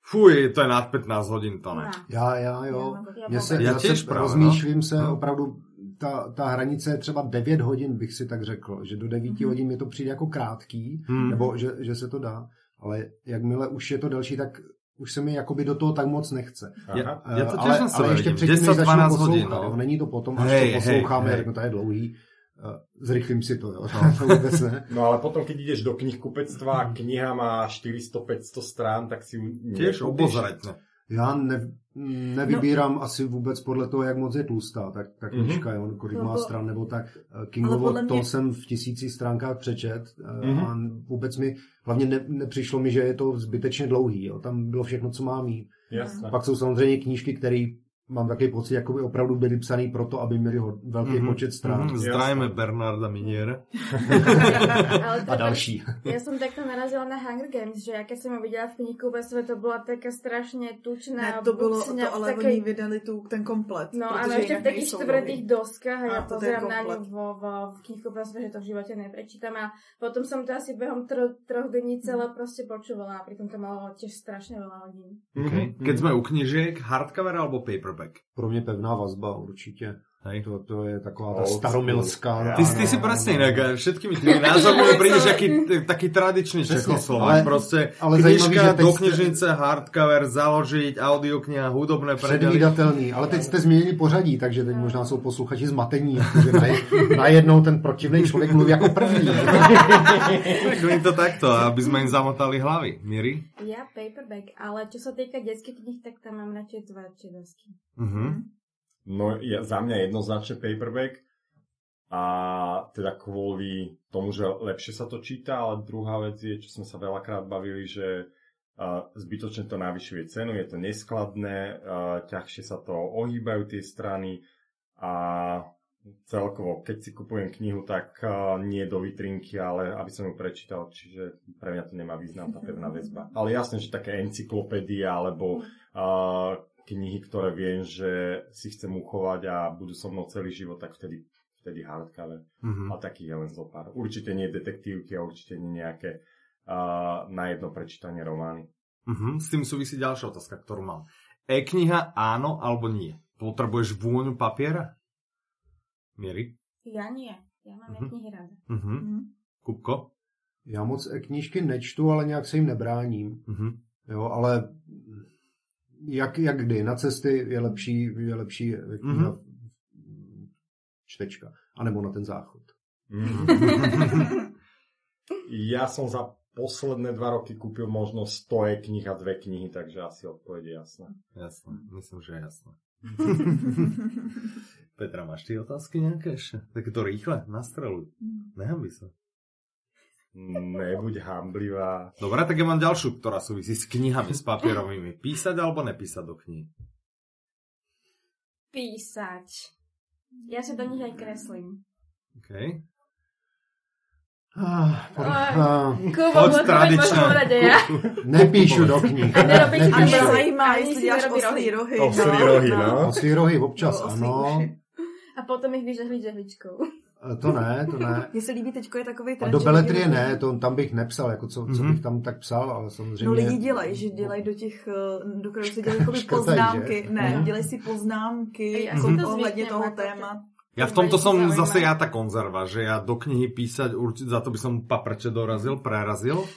fuj, to je nad 15 hodín, to ne.
No.
Já, já, jo.
Ja
Mně se,
vôbec.
Já
já
těž
se
právě,
rozmýšlím se
No.
opravdu, ta, ta hranice je třeba 9 hodin, bych si tak řekl, že do 9
Mhm.
hodin mi to přijde jako krátký,
Hmm.
nebo že, že se to dá, ale jakmile už je to delší, tak už se mi jakoby do toho tak moc nechce.
Ja,
Aha.
ja to
Eh,
tiež na
ale,
sebe
ale ještě
vidím.
předtím, než
10-12
začnu
hodín.
poslouchat, jo,
No.
není to potom, až
Hej,
hej,
hej,
to posloucháme,
hej.
hej, to je dlouhý, eh, zrychlím si to, jo, to vůbec ne.
No ale potom, keď ideš do knihkupectva a kniha má 400-500 strán, tak si ju
Tiež
nekúpiš.
obozretne.
Já ne,
No.
nevybírám asi vůbec podle toho, jak moc je tlustá, tak, tak
Mhm.
knižka, jo, kolik
No
má
bo-
stran, nebo tak. Eh,
Ale
Kingovo,
podle
mě...
mě-
to jsem v tisíci stránkách přečet eh,
Mhm.
a vůbec mi, hlavně ne, nepřišlo mi, že je to zbytečně dlouhý, jo, tam bylo všechno, co má mít.
Jasné.
Pak jsou samozřejmě knížky, které mám takový pocit, jako by opravdu byly psaný proto, aby měli ho, velký mm-hmm. počet strán.
Mhm, Zdravíme Bernarda Miniera.
Ale
A
treba-
další.
Ja som takto narazila na Hunger Games, že ja keď som ho videla v kníhku, vesve to bola taká strašne tučná
Ne, to bylo
bucňa
to,
v
ale
takej...
oni vydali tu, ten komplet.
No
protože
áno, ešte
jinak
v takých
nejsou
štvrtých doskách a
Á, to
ja
je
pozerám na
komplet.
ňu vo, vo, v kníhku, proste, že to v živote neprečítam a potom som to asi behom tro, troch dní celé
Mhm.
proste počúvala a pritom to malo tiež strašne veľa hodín.
Okay.
Mhm.
Keď sme u knižiek, hardcover alebo paperback?
Pro mě pevná vazba určitě.
Hej.
To, to je taková ta
Old
staromilská.
school.
Ty, ty si presne inak, všetkými tými názvami prídeš aký, t- taký tradičný
Presne,
Čechoslovák.
ale-
Proste
ale zajímavý, že
knižka,
teď
do
ste-
knižnice, hardcover, založiť, audiokniha, hudobné predely.
Předvídatelný, ale teď jste změnili pořadí, takže
Hmm.
teď možná jsou posluchači zmatení, protože naj- najednou ten protivný člověk mluví jako první.
Chodím to takto, aby sme im zamotali hlavy. Miri?
Ja paperback, ale čo sa týka detských kníh, tak tam mám radšej tvrdšie dosky.
Mhm,
Uh-huh.
No ja, za mňa jednoznačne paperback a teda kvôli tomu, že lepšie sa to číta, ale druhá vec je, čo sme sa veľakrát bavili, že a, zbytočne to navyšuje cenu, je to neskladné, a, ťažšie sa to ohýbajú tie strany a celkovo, keď si kupujem knihu, tak a, nie do vitrinky, ale aby som ju prečítal, čiže pre mňa to nemá význam tá pevná väzba. Ale jasne, že také encyklopédia alebo a, knihy, ktoré viem, že si chcem uchovať a budú so mnou celý život, tak vtedy, vtedy hardcover.
Uh-huh.
mhm,
A takých je len zo pár. Určite nie detektívky a určite nie nejaké uh, na jedno prečítanie romány.
mhm.
Uh-huh. S tým súvisí ďalšia otázka, ktorú mám. E-kniha áno alebo nie? Potrebuješ vôňu papiera? Miri?
Ja nie. Ja
Mhm.
mám mm-hmm. knihy rada.
Uh-huh.
Mhm.
Kupko?
Já moc knížky nečtu, ale nějak se jim nebráním.
Uh-huh.
Jo, ale jak, jak kdy? Na cesty je lepší, je lepší kniha
Mhm.
čtečka. A nebo na ten záchod.
ja som za posledné dva roky kúpil možno 100 e-knih a dve knihy, takže asi odpoveď je jasná.
Jasné, myslím, že je jasné. Petra, máš ty otázky nejaké ešte? Také to rýchle, nastreluj. Nehám by sa.
Nebuď hamblivá.
Dobre, tak ja mám ďalšiu, ktorá súvisí s knihami, s papierovými. Písať alebo nepísať do kníh?
Písať. Ja sa do nich aj kreslím.
OK.
Ah, por-
Aj.
ah,
Kubo,
Choď tradične.
rade ja.
Nepíšu do knih.
A nerobí
A
ti Ani
mě
si-
Nepíšu.
zajímá,
ani
jestli
si
děláš
nerobí rohy.
oslí rohy.
Oslí rohy, no.
Oslí rohy občas, ano.
A potom ich vyžehliť žehličkou.
E, To ne, to ne.
Mně se líbí, teďko je takový
A
trend.
do
že
beletrie
lidi-
ne, to tam bych nepsal, jako co, co
Mhm.
bych tam tak psal, ale samozřejmě...
No lidi dělají, že dělají do těch, eh, do kterých si dělají jakoby
Škrtají,
poznámky.
že?
Ne,
Mhm.
dělají si poznámky
Já si
jako
to
ohledně
zvyknem,
toho
jako to-
téma.
Ja v
To
tomto
je
som
zaujímavé.
zase ja tá konzerva, že ja do knihy písať, určite, za to by som paprče dorazil, prerazil.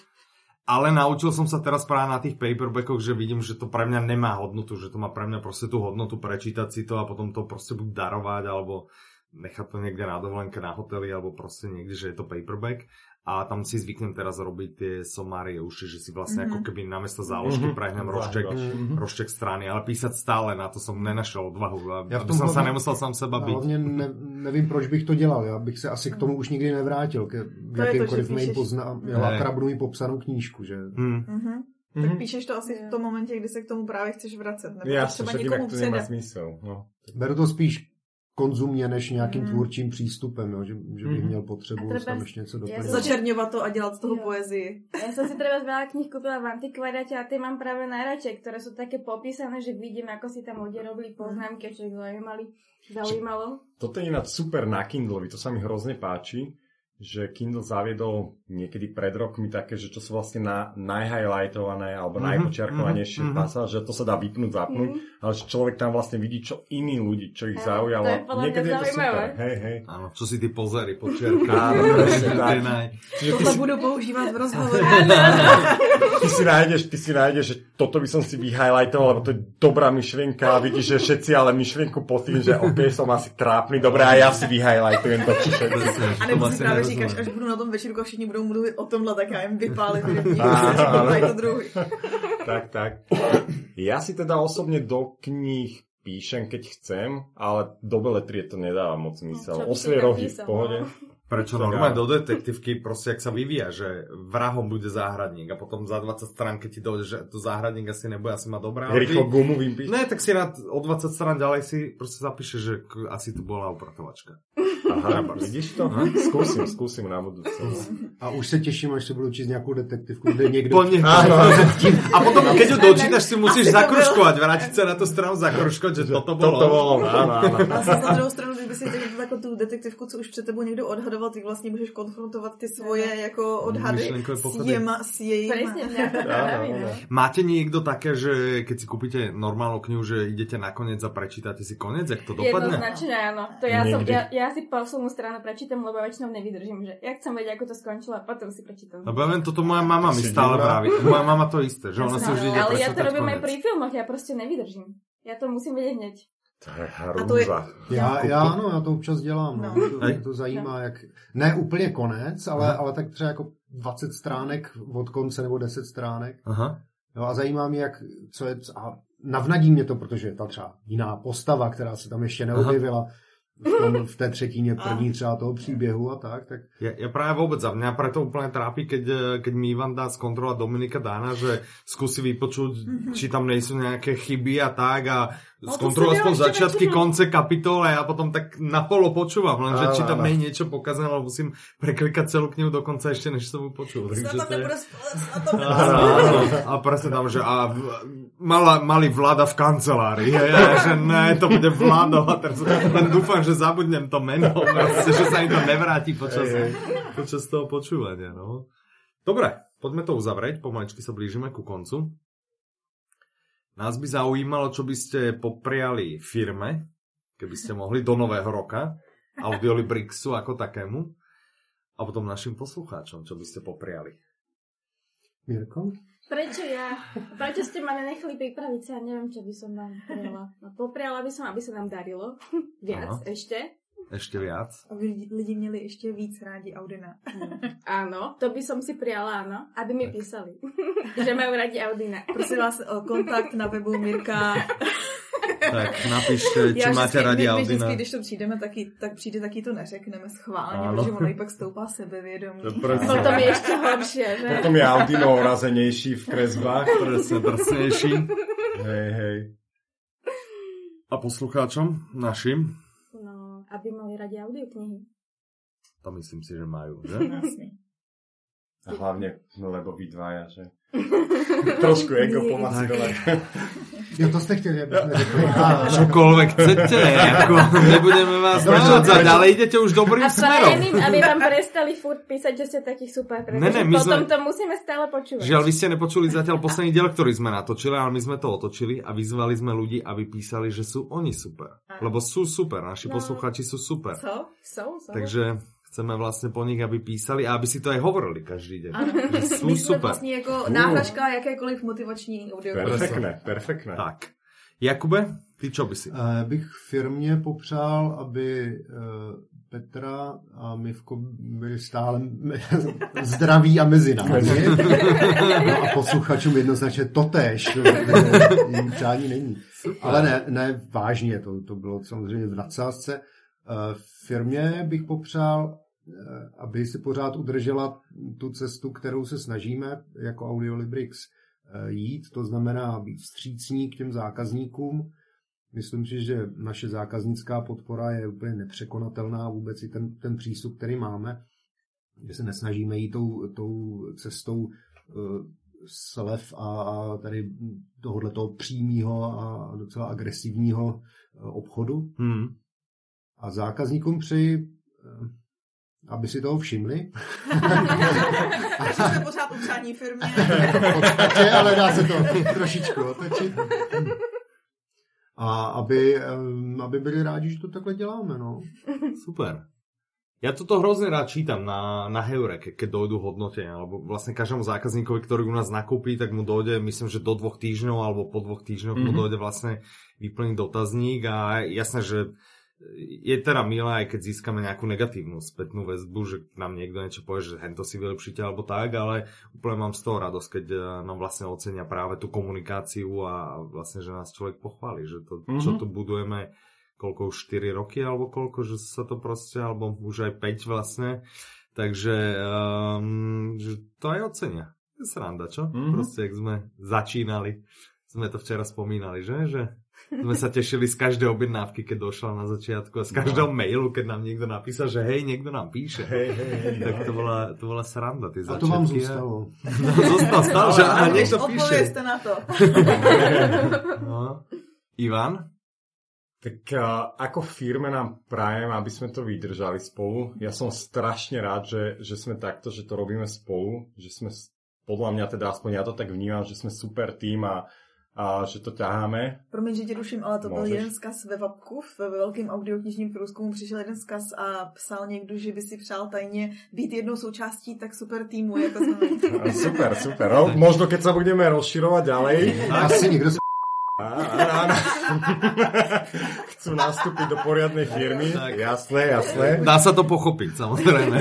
Ale naučil som sa teraz práve na tých paperbackoch, že vidím, že to pre mňa nemá hodnotu, že to má pre mňa proste tú hodnotu prečítať si to a potom to proste buď darovať, alebo nechať to niekde na dovolenke, na hoteli, alebo proste niekde, že je to paperback. A tam si zvyknem teraz robiť tie somárie uši, že si vlastne ako
Mhm.
keby namiesto záložky
Mhm.
prehnem rožček,
Mhm.
rožček strany, ale písať stále, na to som nenašiel odvahu,
Ja v
aby
tom
som sa
hlavne-
nemusel sám seba
A
byť.
Hlavně ne, nevím, proč bych to dělal. Já bych se asi k tomu už nikdy nevrátil, k
Mhm. to,
jakýmkoliv
že
mým
píšeš-
poznám.
Ne.
Já látrabnu i popsanou knížku, že
Hmm.
Mhm. Tak píšeš to asi v tom momentě, kdy se k tomu právě chceš vracet. Nebo to
Jasne,
třeba
však inak
někomu
to nemá
přijde.
zmysel. No.
Beru to spíš konzumně, než nějakým
Mm.
tvůrčím přístupem, jo? Že, že bych
Mhm.
měl
A
potřebu
třeba
tam ještě něco doplnit.
jsem
Začerňovat to a dělat z toho
Jo.
poezii.
Ja som si treba veľa kníh kúpila v antikvariate a tie mám práve najradšej, ktoré sú také popísané, že vidím, ako si tam ľudia robili poznámky, čo ich zaujímali, zaujímalo.
Toto je ináč super na Kindle, to sa mi hrozne páči, že Kindle zaviedol niekedy pred rokmi také, že čo sú vlastne na najhighlightované alebo
Mhm,
mm-hmm, najpočiarkovanejšie
mhm, mhm.
mm-hmm. pasáže, to sa dá vypnúť, zapnúť,
Mhm.
mm-hmm. ale že človek tam vlastne vidí, čo iní ľudí, čo ich
Áno,
zaujalo.
to je podľa mňa
niekedy je to
zaujímavé.
super. Hej, hej.
Áno, čo si ty pozeri, počerka.
Áno, presne tak. Čiže ty
Tohle
si,
budu používat v rozhovoru.
ty, si nájdeš, ty si nájdeš, že toto by som si vyhighlightoval, lebo to je dobrá myšlienka a vidíš, že všetci ale myšlienku pocítim, že OK, som asi trápny, dobré, a ja si vyhighlightujem to, či všetci.
A nebo
vlastne
si právě říkáš, až budu na tom večírku a všichni budou mluvit o tomhle, tak já jim vypálím.
Ano, ano.
to druhý.
tak, tak. Ja si teda osobne do kníh píšem, keď chcem, ale do beletrie to nedáva moc
No,
zmysel.
čo by si
Oslie
tam
rohy v
písal,
pohode.
Prečo
no?
normálne do detektívky, proste ak sa vyvíja, že vrahom bude záhradník a potom za 20 strán, keď ti dojde, že to záhradník asi nebude, asi má dobrá.
Rýchlo gumu vypiť.
Ne, tak si na, o 20 strán ďalej si proste zapíše, že k- asi tu bola upratovačka.
Aha, vidíš to? Skúsim, skúsim na budúce.
A už se těším, až se budu číst nějakou detektivku, kde někdo...
Po nie- a potom, keď ju dočítaš, si musíš
Asi to
zakruškovať, vrátiť sa na tú stranu, zakruškovať, že toto bolo.
Toto bolo, áno, áno.
A zase na druhou stranu, kdyby si řekl jako tu detektivku, co už před tebou někdo odhadoval, ty vlastně můžeš konfrontovat ty svoje jako odhady
Myšlenkové
s
pochody.
jema, s jejím.
Presne, mňa to
Áno,
baví, no.
áno.
Máte niekto také, že keď si kúpite normálnu knihu, že idete na koniec a prečítate si koniec, jak to dopadne?
Jednoznačne áno. To ja, som,
Nikdy.
ja, ja si poslednú stranu prečítam, lebo ja väčšinou nevydržím, že ja chcem vedieť, ako to skončilo a potom si prečítam.
Lebo ja viem, toto moja mama mi
Si
stále
divná.
vraví. Moja mama to isté, že ona si už ide
Ale ja to
prečítať
robím aj
koniec.
pri filmoch, ja proste nevydržím. Ja to musím vedieť hneď.
To je
A to je-
hrúza.
Já, já, ano, já to občas dělám, no.
No.
Mě to,
Hej.
mě to zajímá, jak... Ne úplně konec, ale, ale tak třeba jako 20 stránek od konce nebo 10 stránek.
Aha.
No a zajímá mě, jak, co je, a navnadí mě to, protože je ta třeba jiná postava, která se tam ještě neobjevila v, tom, v té třetině první třeba toho příběhu a tak, tak
Ja, ja práve vôbec a mňa preto úplne trápi, keď, eh, keď mi Ivan dá z kontrola Dominika Dána, že skúsi vypočuť, či tam nie sú nejaké chyby a tak a
Mhm. No, to
skontroluje
si
aspoň
ja ešte
začiatky,
nečítam.
konce kapitol a ja potom tak napolo počúvam, lenže
Áno,
či tam
áno.
nie je niečo pokazané, lebo musím preklikať celú knihu dokonca ešte, než som ju počul.
Snad
Takže
tam
to je...
nebude spolec, snad tam nebude
Áno, áno. A presne tam, že a v, mala, mali vláda v kancelárii. Ja, ja, že ne, to bude vláda. A teraz len dúfam, že zabudnem to meno. Proste, že sa im to nevráti počas, počas toho počúvania. No. Dobre, poďme to uzavrieť. Pomaličky sa blížime ku koncu. Nás by zaujímalo, čo by ste popriali firme, keby ste mohli do nového roka, Audiolibrixu ako takému, a potom našim poslucháčom, čo by ste popriali.
Mirko?
Prečo ja? Prečo ste ma nenechali pripraviť sa? Neviem, čo by som vám popriala. No, popriala by som, aby sa nám darilo.
Aha.
Viac ešte.
Ešte viac.
Aby lidi- lidi měli ještě víc rádi Audina.
Áno, to by som si prijala, áno. Aby mi písali, že majú radi Audina.
Prosím vás o kontakt na webu Mirka.
Tak napíšte, či máte rádi
my, my
Audina.
vždycky, když to přijdeme, taky, tak přijde taky to neřekneme schválně,
Ano.
ano. protože ono i pak stoupá sebevědomí.
Potom je ešte horšie, že?
Potom je Audino razenejší v kresbách.
Presne, drsnejší.
Hej, hej.
A poslucháčom našim,
No, aby mali radi audioknihy.
to myslím si, že majú, že?
A hlavne, no lebo vy dvaja, že? Trošku ego pomaskovať.
Jo, to jste chtěli, abychom řekli.
Čokoľvek chcete, ako nebudeme vás navádzať, ale idete už dobrým
A
smerom.
prajem im, aby vám prestali furt písať, že ste takých super, pretože
Ne, ne, my sme-
potom to musíme stále počúvať.
Žiaľ, vy ste nepočuli zatiaľ posledný diel, ktorý sme natočili, ale my sme to otočili a vyzvali sme ľudí, aby písali, že sú oni super. Lebo sú super, naši
No.
poslucháči sú super.
Co?
Sú, sú.
Takže chceme vlastne po nich, aby písali a aby si to aj hovorili každý deň.
Ano.
Že sú
My vlastne jsme
super.
vlastně jako náhražka jakékoliv motivační audio.
Perfektné, perfektné.
Tak. Jakube, ty čo by si?
Eh, bych firmě popřál, aby eh, Petra a Mivko byli stále me- zdraví a mezi námi. No a posluchačům jednoznačně totéž. no, protože jim Přání není. Ale ne, ne vážně, to, to bylo samozřejmě v nadsázce. Eh, Firmě bych popřál, eh, aby si pořád udržela tu cestu, kterou se snažíme jako Audiolibrix eh, jít, to znamená být vstřícní k těm zákazníkům, Myslím si, že naše zákaznická podpora je úplně nepřekonatelná vůbec i ten, ten přístup, který máme, že se nesnažíme jít tou, tou cestou eh, slev a, a tady tohohle toho přímého a docela agresivního eh, obchodu.
Hmm.
A zákazníkům přeji, eh, aby si toho všimli,
Takže jsme pořád u přání firmě.
podstatě, ale dá se to trošičku otočit. A aby, em, aby byli rádi, že to takhle děláme, no.
Super. Ja toto hrozne rád čítam na, na Heure, ke, keď dojdú hodnotenia, lebo vlastne každému zákazníkovi, ktorý u nás nakúpi, tak mu dojde, myslím, že do dvoch týždňov alebo po dvoch týždňoch mm-hmm.
Mhm.
mu dojde vlastne vyplniť dotazník a jasné, že je teda milé, aj keď získame nejakú negatívnu spätnú väzbu, že nám niekto niečo povie, že hento si vylepšíte alebo tak, ale úplne mám z toho radosť, keď eh, nám vlastne ocenia práve tú komunikáciu a vlastne, že nás človek pochváli, že to, mm-hmm. čo
Mhm.
tu budujeme, koľko už 4 roky alebo koľko, že sa to proste, alebo už aj 5 vlastne. Takže um, že to aj ocenia. Je Sranda, čo? Mm-hmm. Proste, jak sme začínali, sme to včera spomínali, že? že sme sa tešili z každej objednávky, keď došla na začiatku a z každého no. mailu, keď nám niekto napísal, že hej, niekto nám píše.
Hej, hej, hej.
Tak to bola, to bola sranda, tie
A
začiatky.
to vám zůstalo.
No, zostal, stal, že a niekto píše.
Odpovězte na to.
No. Ivan?
Tak a, ako firme nám prajem, aby sme to vydržali spolu. Ja som strašne rád, že, že sme takto, že to robíme spolu, že sme, s- podľa mňa teda aspoň ja to tak vnímam, že sme super tým a, a že to ťaháme.
Promiň, že tě ruším, ale to byl
Můžeš.
jeden zkaz ve Vapku, v- ve velkém audioknižním průzkumu přišel jeden zkaz a psal někdo, že by si přál tajně být jednou součástí tak super týmu, jako jsme my.
A Super, super. No, možno keď sa budeme rozširovať ďalej.
Asi někdo se
Á, á, á, á. Chcú nastúpiť do poriadnej firmy.
Tak.
Jasné, jasné.
Dá sa to pochopiť, samozrejme.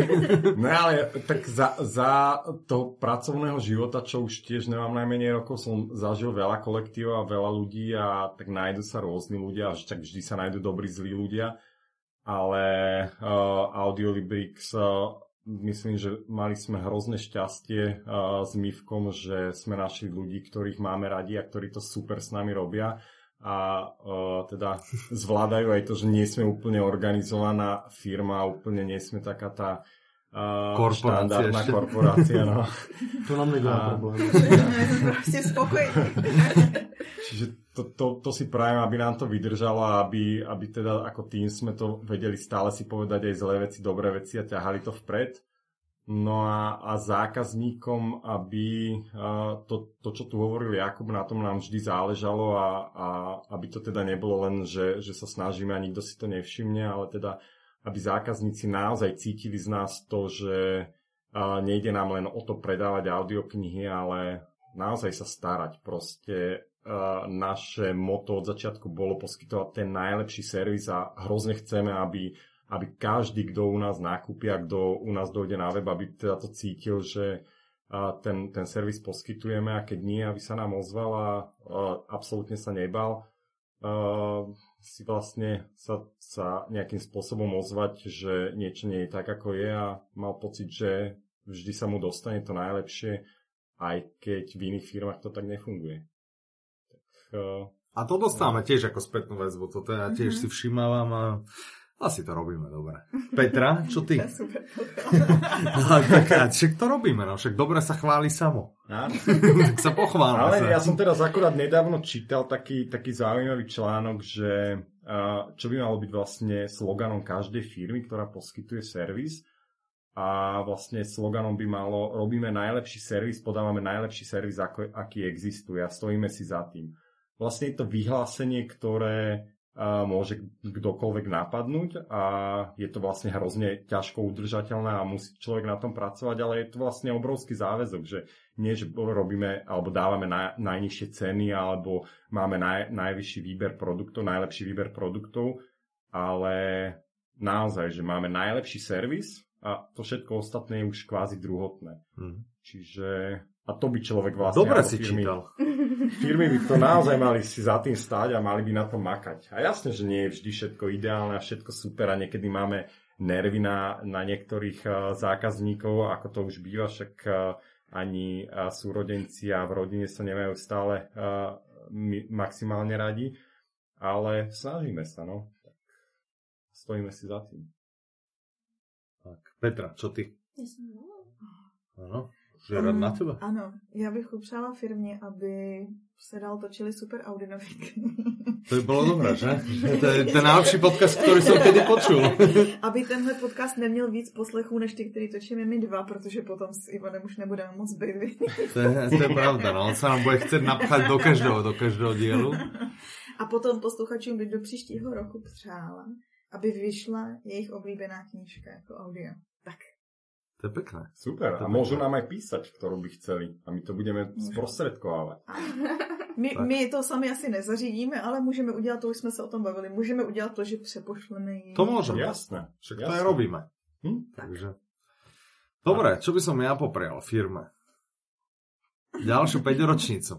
No ale tak za, za toho pracovného života, čo už tiež nemám najmenej rokov, som zažil veľa kolektív a veľa ľudí a tak nájdu sa rôzni ľudia, až tak vždy sa nájdu dobrí, zlí ľudia, ale uh, Audiolibrix uh, myslím, že mali sme hrozné šťastie uh, s Mivkom, že sme našli ľudí, ktorých máme radi a ktorí to super s nami robia a uh, teda zvládajú aj to, že nie sme úplne organizovaná firma, úplne nie sme taká tá uh,
Korporácia
štandardná
ešte.
korporácia. No.
to nám nedělá
A-
problém.
Prostě spokojení.
Čiže to, to, to si prajem, aby nám to vydržalo a aby, aby teda ako tým sme to vedeli stále si povedať aj zlé veci, dobré veci a ťahali to vpred. No a, a zákazníkom, aby a to, to, čo tu hovoril Jakub, na tom nám vždy záležalo a, a aby to teda nebolo len, že, že sa snažíme a nikto si to nevšimne, ale teda aby zákazníci naozaj cítili z nás to, že a nejde nám len o to predávať audioknihy, ale naozaj sa starať. Proste uh, naše moto od začiatku bolo poskytovať ten najlepší servis a hrozne chceme, aby, aby každý, kto u nás nákupí a kto u nás dojde na web, aby teda to cítil, že uh, ten, ten servis poskytujeme a keď nie, aby sa nám ozval a uh, absolútne sa nebal. Uh, si vlastne sa, sa nejakým spôsobom ozvať, že niečo nie je tak, ako je a mal pocit, že vždy sa mu dostane to najlepšie, aj keď v iných firmách to tak nefunguje. Tak, uh,
A to dostávame tiež ako spätnú väzbu, to ja tiež si všimávam a asi to robíme dobre. Petra, čo ty?
To je super.
No, tak, a však to robíme, no, však dobre sa chváli samo. tak sa pochválme sa.
Ale ja som teraz akurát nedávno čítal taký, taký zaujímavý článok, že a, čo by malo byť vlastne sloganom každej firmy, ktorá poskytuje servis. A vlastne sloganom by malo robíme najlepší servis, podávame najlepší servis, ako, aký existuje a stojíme si za tým. Vlastne je to vyhlásenie, ktoré a, môže kdokoľvek napadnúť a je to vlastne hrozne ťažko udržateľné a musí človek na tom pracovať, ale je to vlastne obrovský záväzok, že nie, že robíme alebo dávame na, najnižšie ceny alebo máme naj, najvyšší výber produktov, najlepší výber produktov, ale naozaj, že máme najlepší servis a to všetko ostatné je už kvázi druhotné.
Mhm.
Čiže a to by človek vlastne...
Dobre
alebo
si čítal.
Firmy by to naozaj mali si za tým stáť a mali by na to makať. A jasne, že nie je vždy všetko ideálne a všetko super a niekedy máme nervy na, na niektorých eh, zákazníkov, ako to už býva, však eh, ani eh, súrodenci a v rodine sa nemajú stále eh, mi- maximálne radi, ale snažíme sa, no. Tak Stojíme si za tým.
Tak, Petra, čo ty?
Ja som mala.
Áno, že rád na teba.
Ano, já bych upřála firmě, aby se dál točili super Audi
To by bolo dobré, že? Že To je ten najlepší podcast, ktorý som kedy počul.
Aby tenhle podcast neměl víc poslechů, než ty, který točíme my dva, protože potom s Ivanem už nebudeme moc být.
To je, to je pravda, no. On sa nám bude chcieť napchať do každého, do každého dielu.
A potom posluchačům bych do příštího roku přála, aby vyšla jejich oblíbená knížka jako audio. Tak.
To je pekné.
Super, a môžu nám aj písať, ktorú by chceli a my to budeme
Mhm.
sprostredkovávať.
My,
Tak.
my to sami asi nezařídíme, ale můžeme udělat to, už jsme se o tom bavili, můžeme udělat to, že přepošleme ji.
To môžem.
Jasné.
Však to
jasné.
aj robíme.
Hm?
Takže. Dobre, čo by som ja poprel firme? Ďalšiu 5 ročnicu.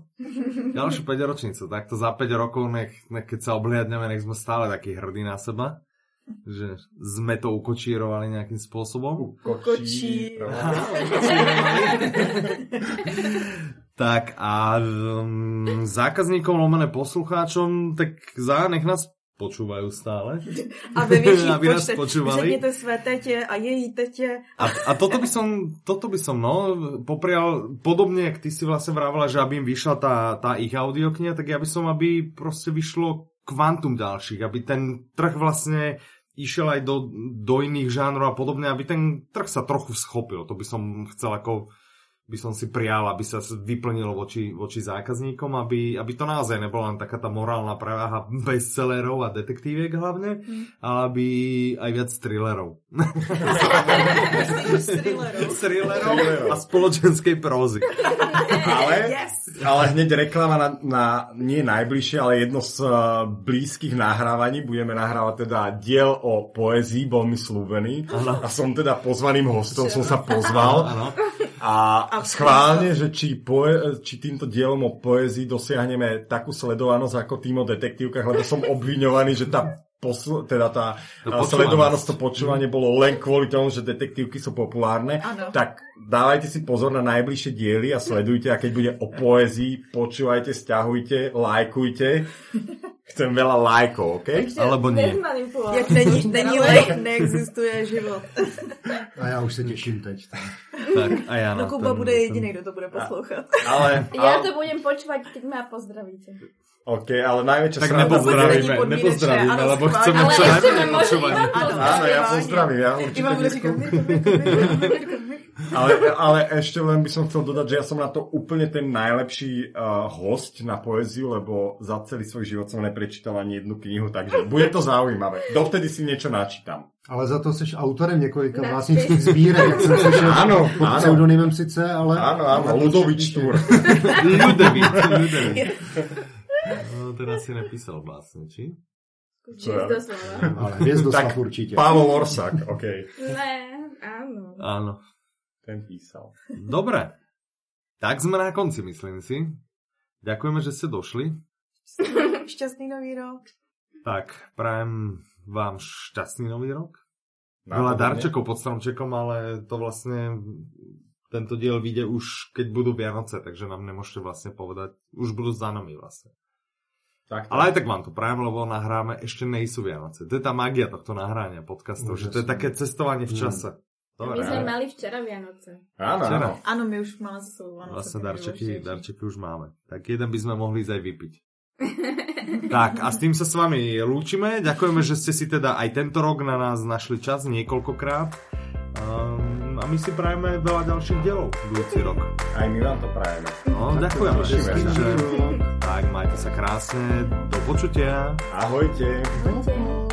Ďalšiu 5 ročnicu. Takto za 5 rokov, nech, nech, keď sa obliadneme, nech sme stále takí hrdí na seba. Že sme to ukočírovali nejakým spôsobom.
Kočí.
Tak a um, zákazníkom, lomené poslucháčom, tak za nech nás počúvajú stále.
A ve větších
Aby nás
počtech.
počúvali.
Řekněte své tetě a její tetě.
A, a toto by som, toto by som, no, poprial, podobne, jak ty si vlastne vravala, že aby im vyšla tá, tá ich audiokniha, tak ja by som, aby proste vyšlo kvantum ďalších, aby ten trh vlastne išiel aj do, do iných žánrov a podobne, aby ten trh sa trochu schopil. To by som chcel ako by som si prijal, aby sa vyplnilo voči, voči zákazníkom, aby, aby to naozaj nebola len taká tá morálna práha bestsellerov a detektíviek hlavne,
Mm.
ale aby aj viac thrillerov.
Myslím, že thrillerů.
Thrillerov a spoločenskej prózy.
Ale,
Yes!
ale hneď reklama na, na, nie najbližšie, ale jedno z uh, blízkych nahrávaní. Budeme nahrávať teda diel o poezii, bol mi slúbený. A som teda pozvaným hostom, som sa pozval.
Áno.
A schválne, že či, poe, či týmto dielom o poezii dosiahneme takú sledovanosť ako tým o detektívkach, lebo som obviňovaný, že tá Posl- teda
To
tá a,
počúvanosť.
sledovanosť, to počúvanie bolo len kvôli tomu, že detektívky sú populárne.
Áno.
Tak dávajte si pozor na najbližšie diely a sledujte, a keď bude o poezii, počúvajte, stiahujte, lajkujte. Chcem veľa lajkov, OK?
Alebo nie.
Jak není, není lek, neexistuje život.
A já už se těším teď.
Tak, a ja na
No Kuba
ten-
bude
ten-
jediný, kdo to bude poslouchat.
Ale,
Ja
ale,
to budem počúvať, keď ma pozdravíte.
OK, ale najväčšia
Tak
sranda-
nepozdravíme,
Vôbec není podmienečné,
nepozdravíme,
áno,
lebo
schválne.
chceme
Ale
čo
ešte ma
najmenej
môže
počúvať.
Ivan
Áno, ja
Pozdraví.
pozdravím, ja určite
Ivan bude
Mirku.
říkat, Mirko, Mirko, Mirko, Mirko, Mirko.
Ale, ale ešte len by som chcel dodať, že ja som na to úplne ten najlepší uh, host na poéziu, lebo za celý svoj život som neprečítal ani jednu knihu, takže bude to zaujímavé. Dovtedy si niečo načítam.
Ale za to jsi autorem několika
Ne,
vlastnických sbírek, jak jsem slyšel.
Áno,
Pod
áno.
pseudonymem sice, ale...
Áno, áno,
ale-
Ludovič Túr.
Ľudovit, ľudovit. No, teraz si napísal vlastne, či?
ja?
Doslova.
Ale hvězdoslav
Tak,
určitě.
Pavel Orsak, OK.
Ne, áno.
Áno.
Ten písal.
Dobre. Tak sme na konci, myslím si. Ďakujeme, že ste došli.
Šťastný nový rok.
Tak, prajem vám šťastný nový rok.
Na
Veľa
to
darčekov pod stromčekom, ale to vlastne tento diel vyjde už, keď budú Vianoce, takže nám nemôžete vlastne povedať, už budú za nami vlastne.
mne. Tak,
Ale aj tak vám to prajem, lebo nahráme, ešte nejsú Vianoce. To je tá magia tohto nahrania podcastov, že to je
Úžasné.
také cestovanie v čase.
My
Dobre.
sme mali včera Vianoce.
Áno,
Včera.
áno.
Ano, my už máme za sebou Vánoce.
Vlastne
takže
darčeky,
už-
darčeky už máme. Tak jeden by sme mohli ísť aj vypiť. tak a s tým sa s vami lúčime. Ďakujeme, že ste si teda aj tento rok na nás našli čas niekoľkokrát. Um, a my si prajeme veľa ďalších dielov budúci rok.
Aj my vám to prajeme.
No, ďakujeme.
tešíme sa.
Takže, tak majte sa krásne. Do počutia.
Ahojte.
Poďte.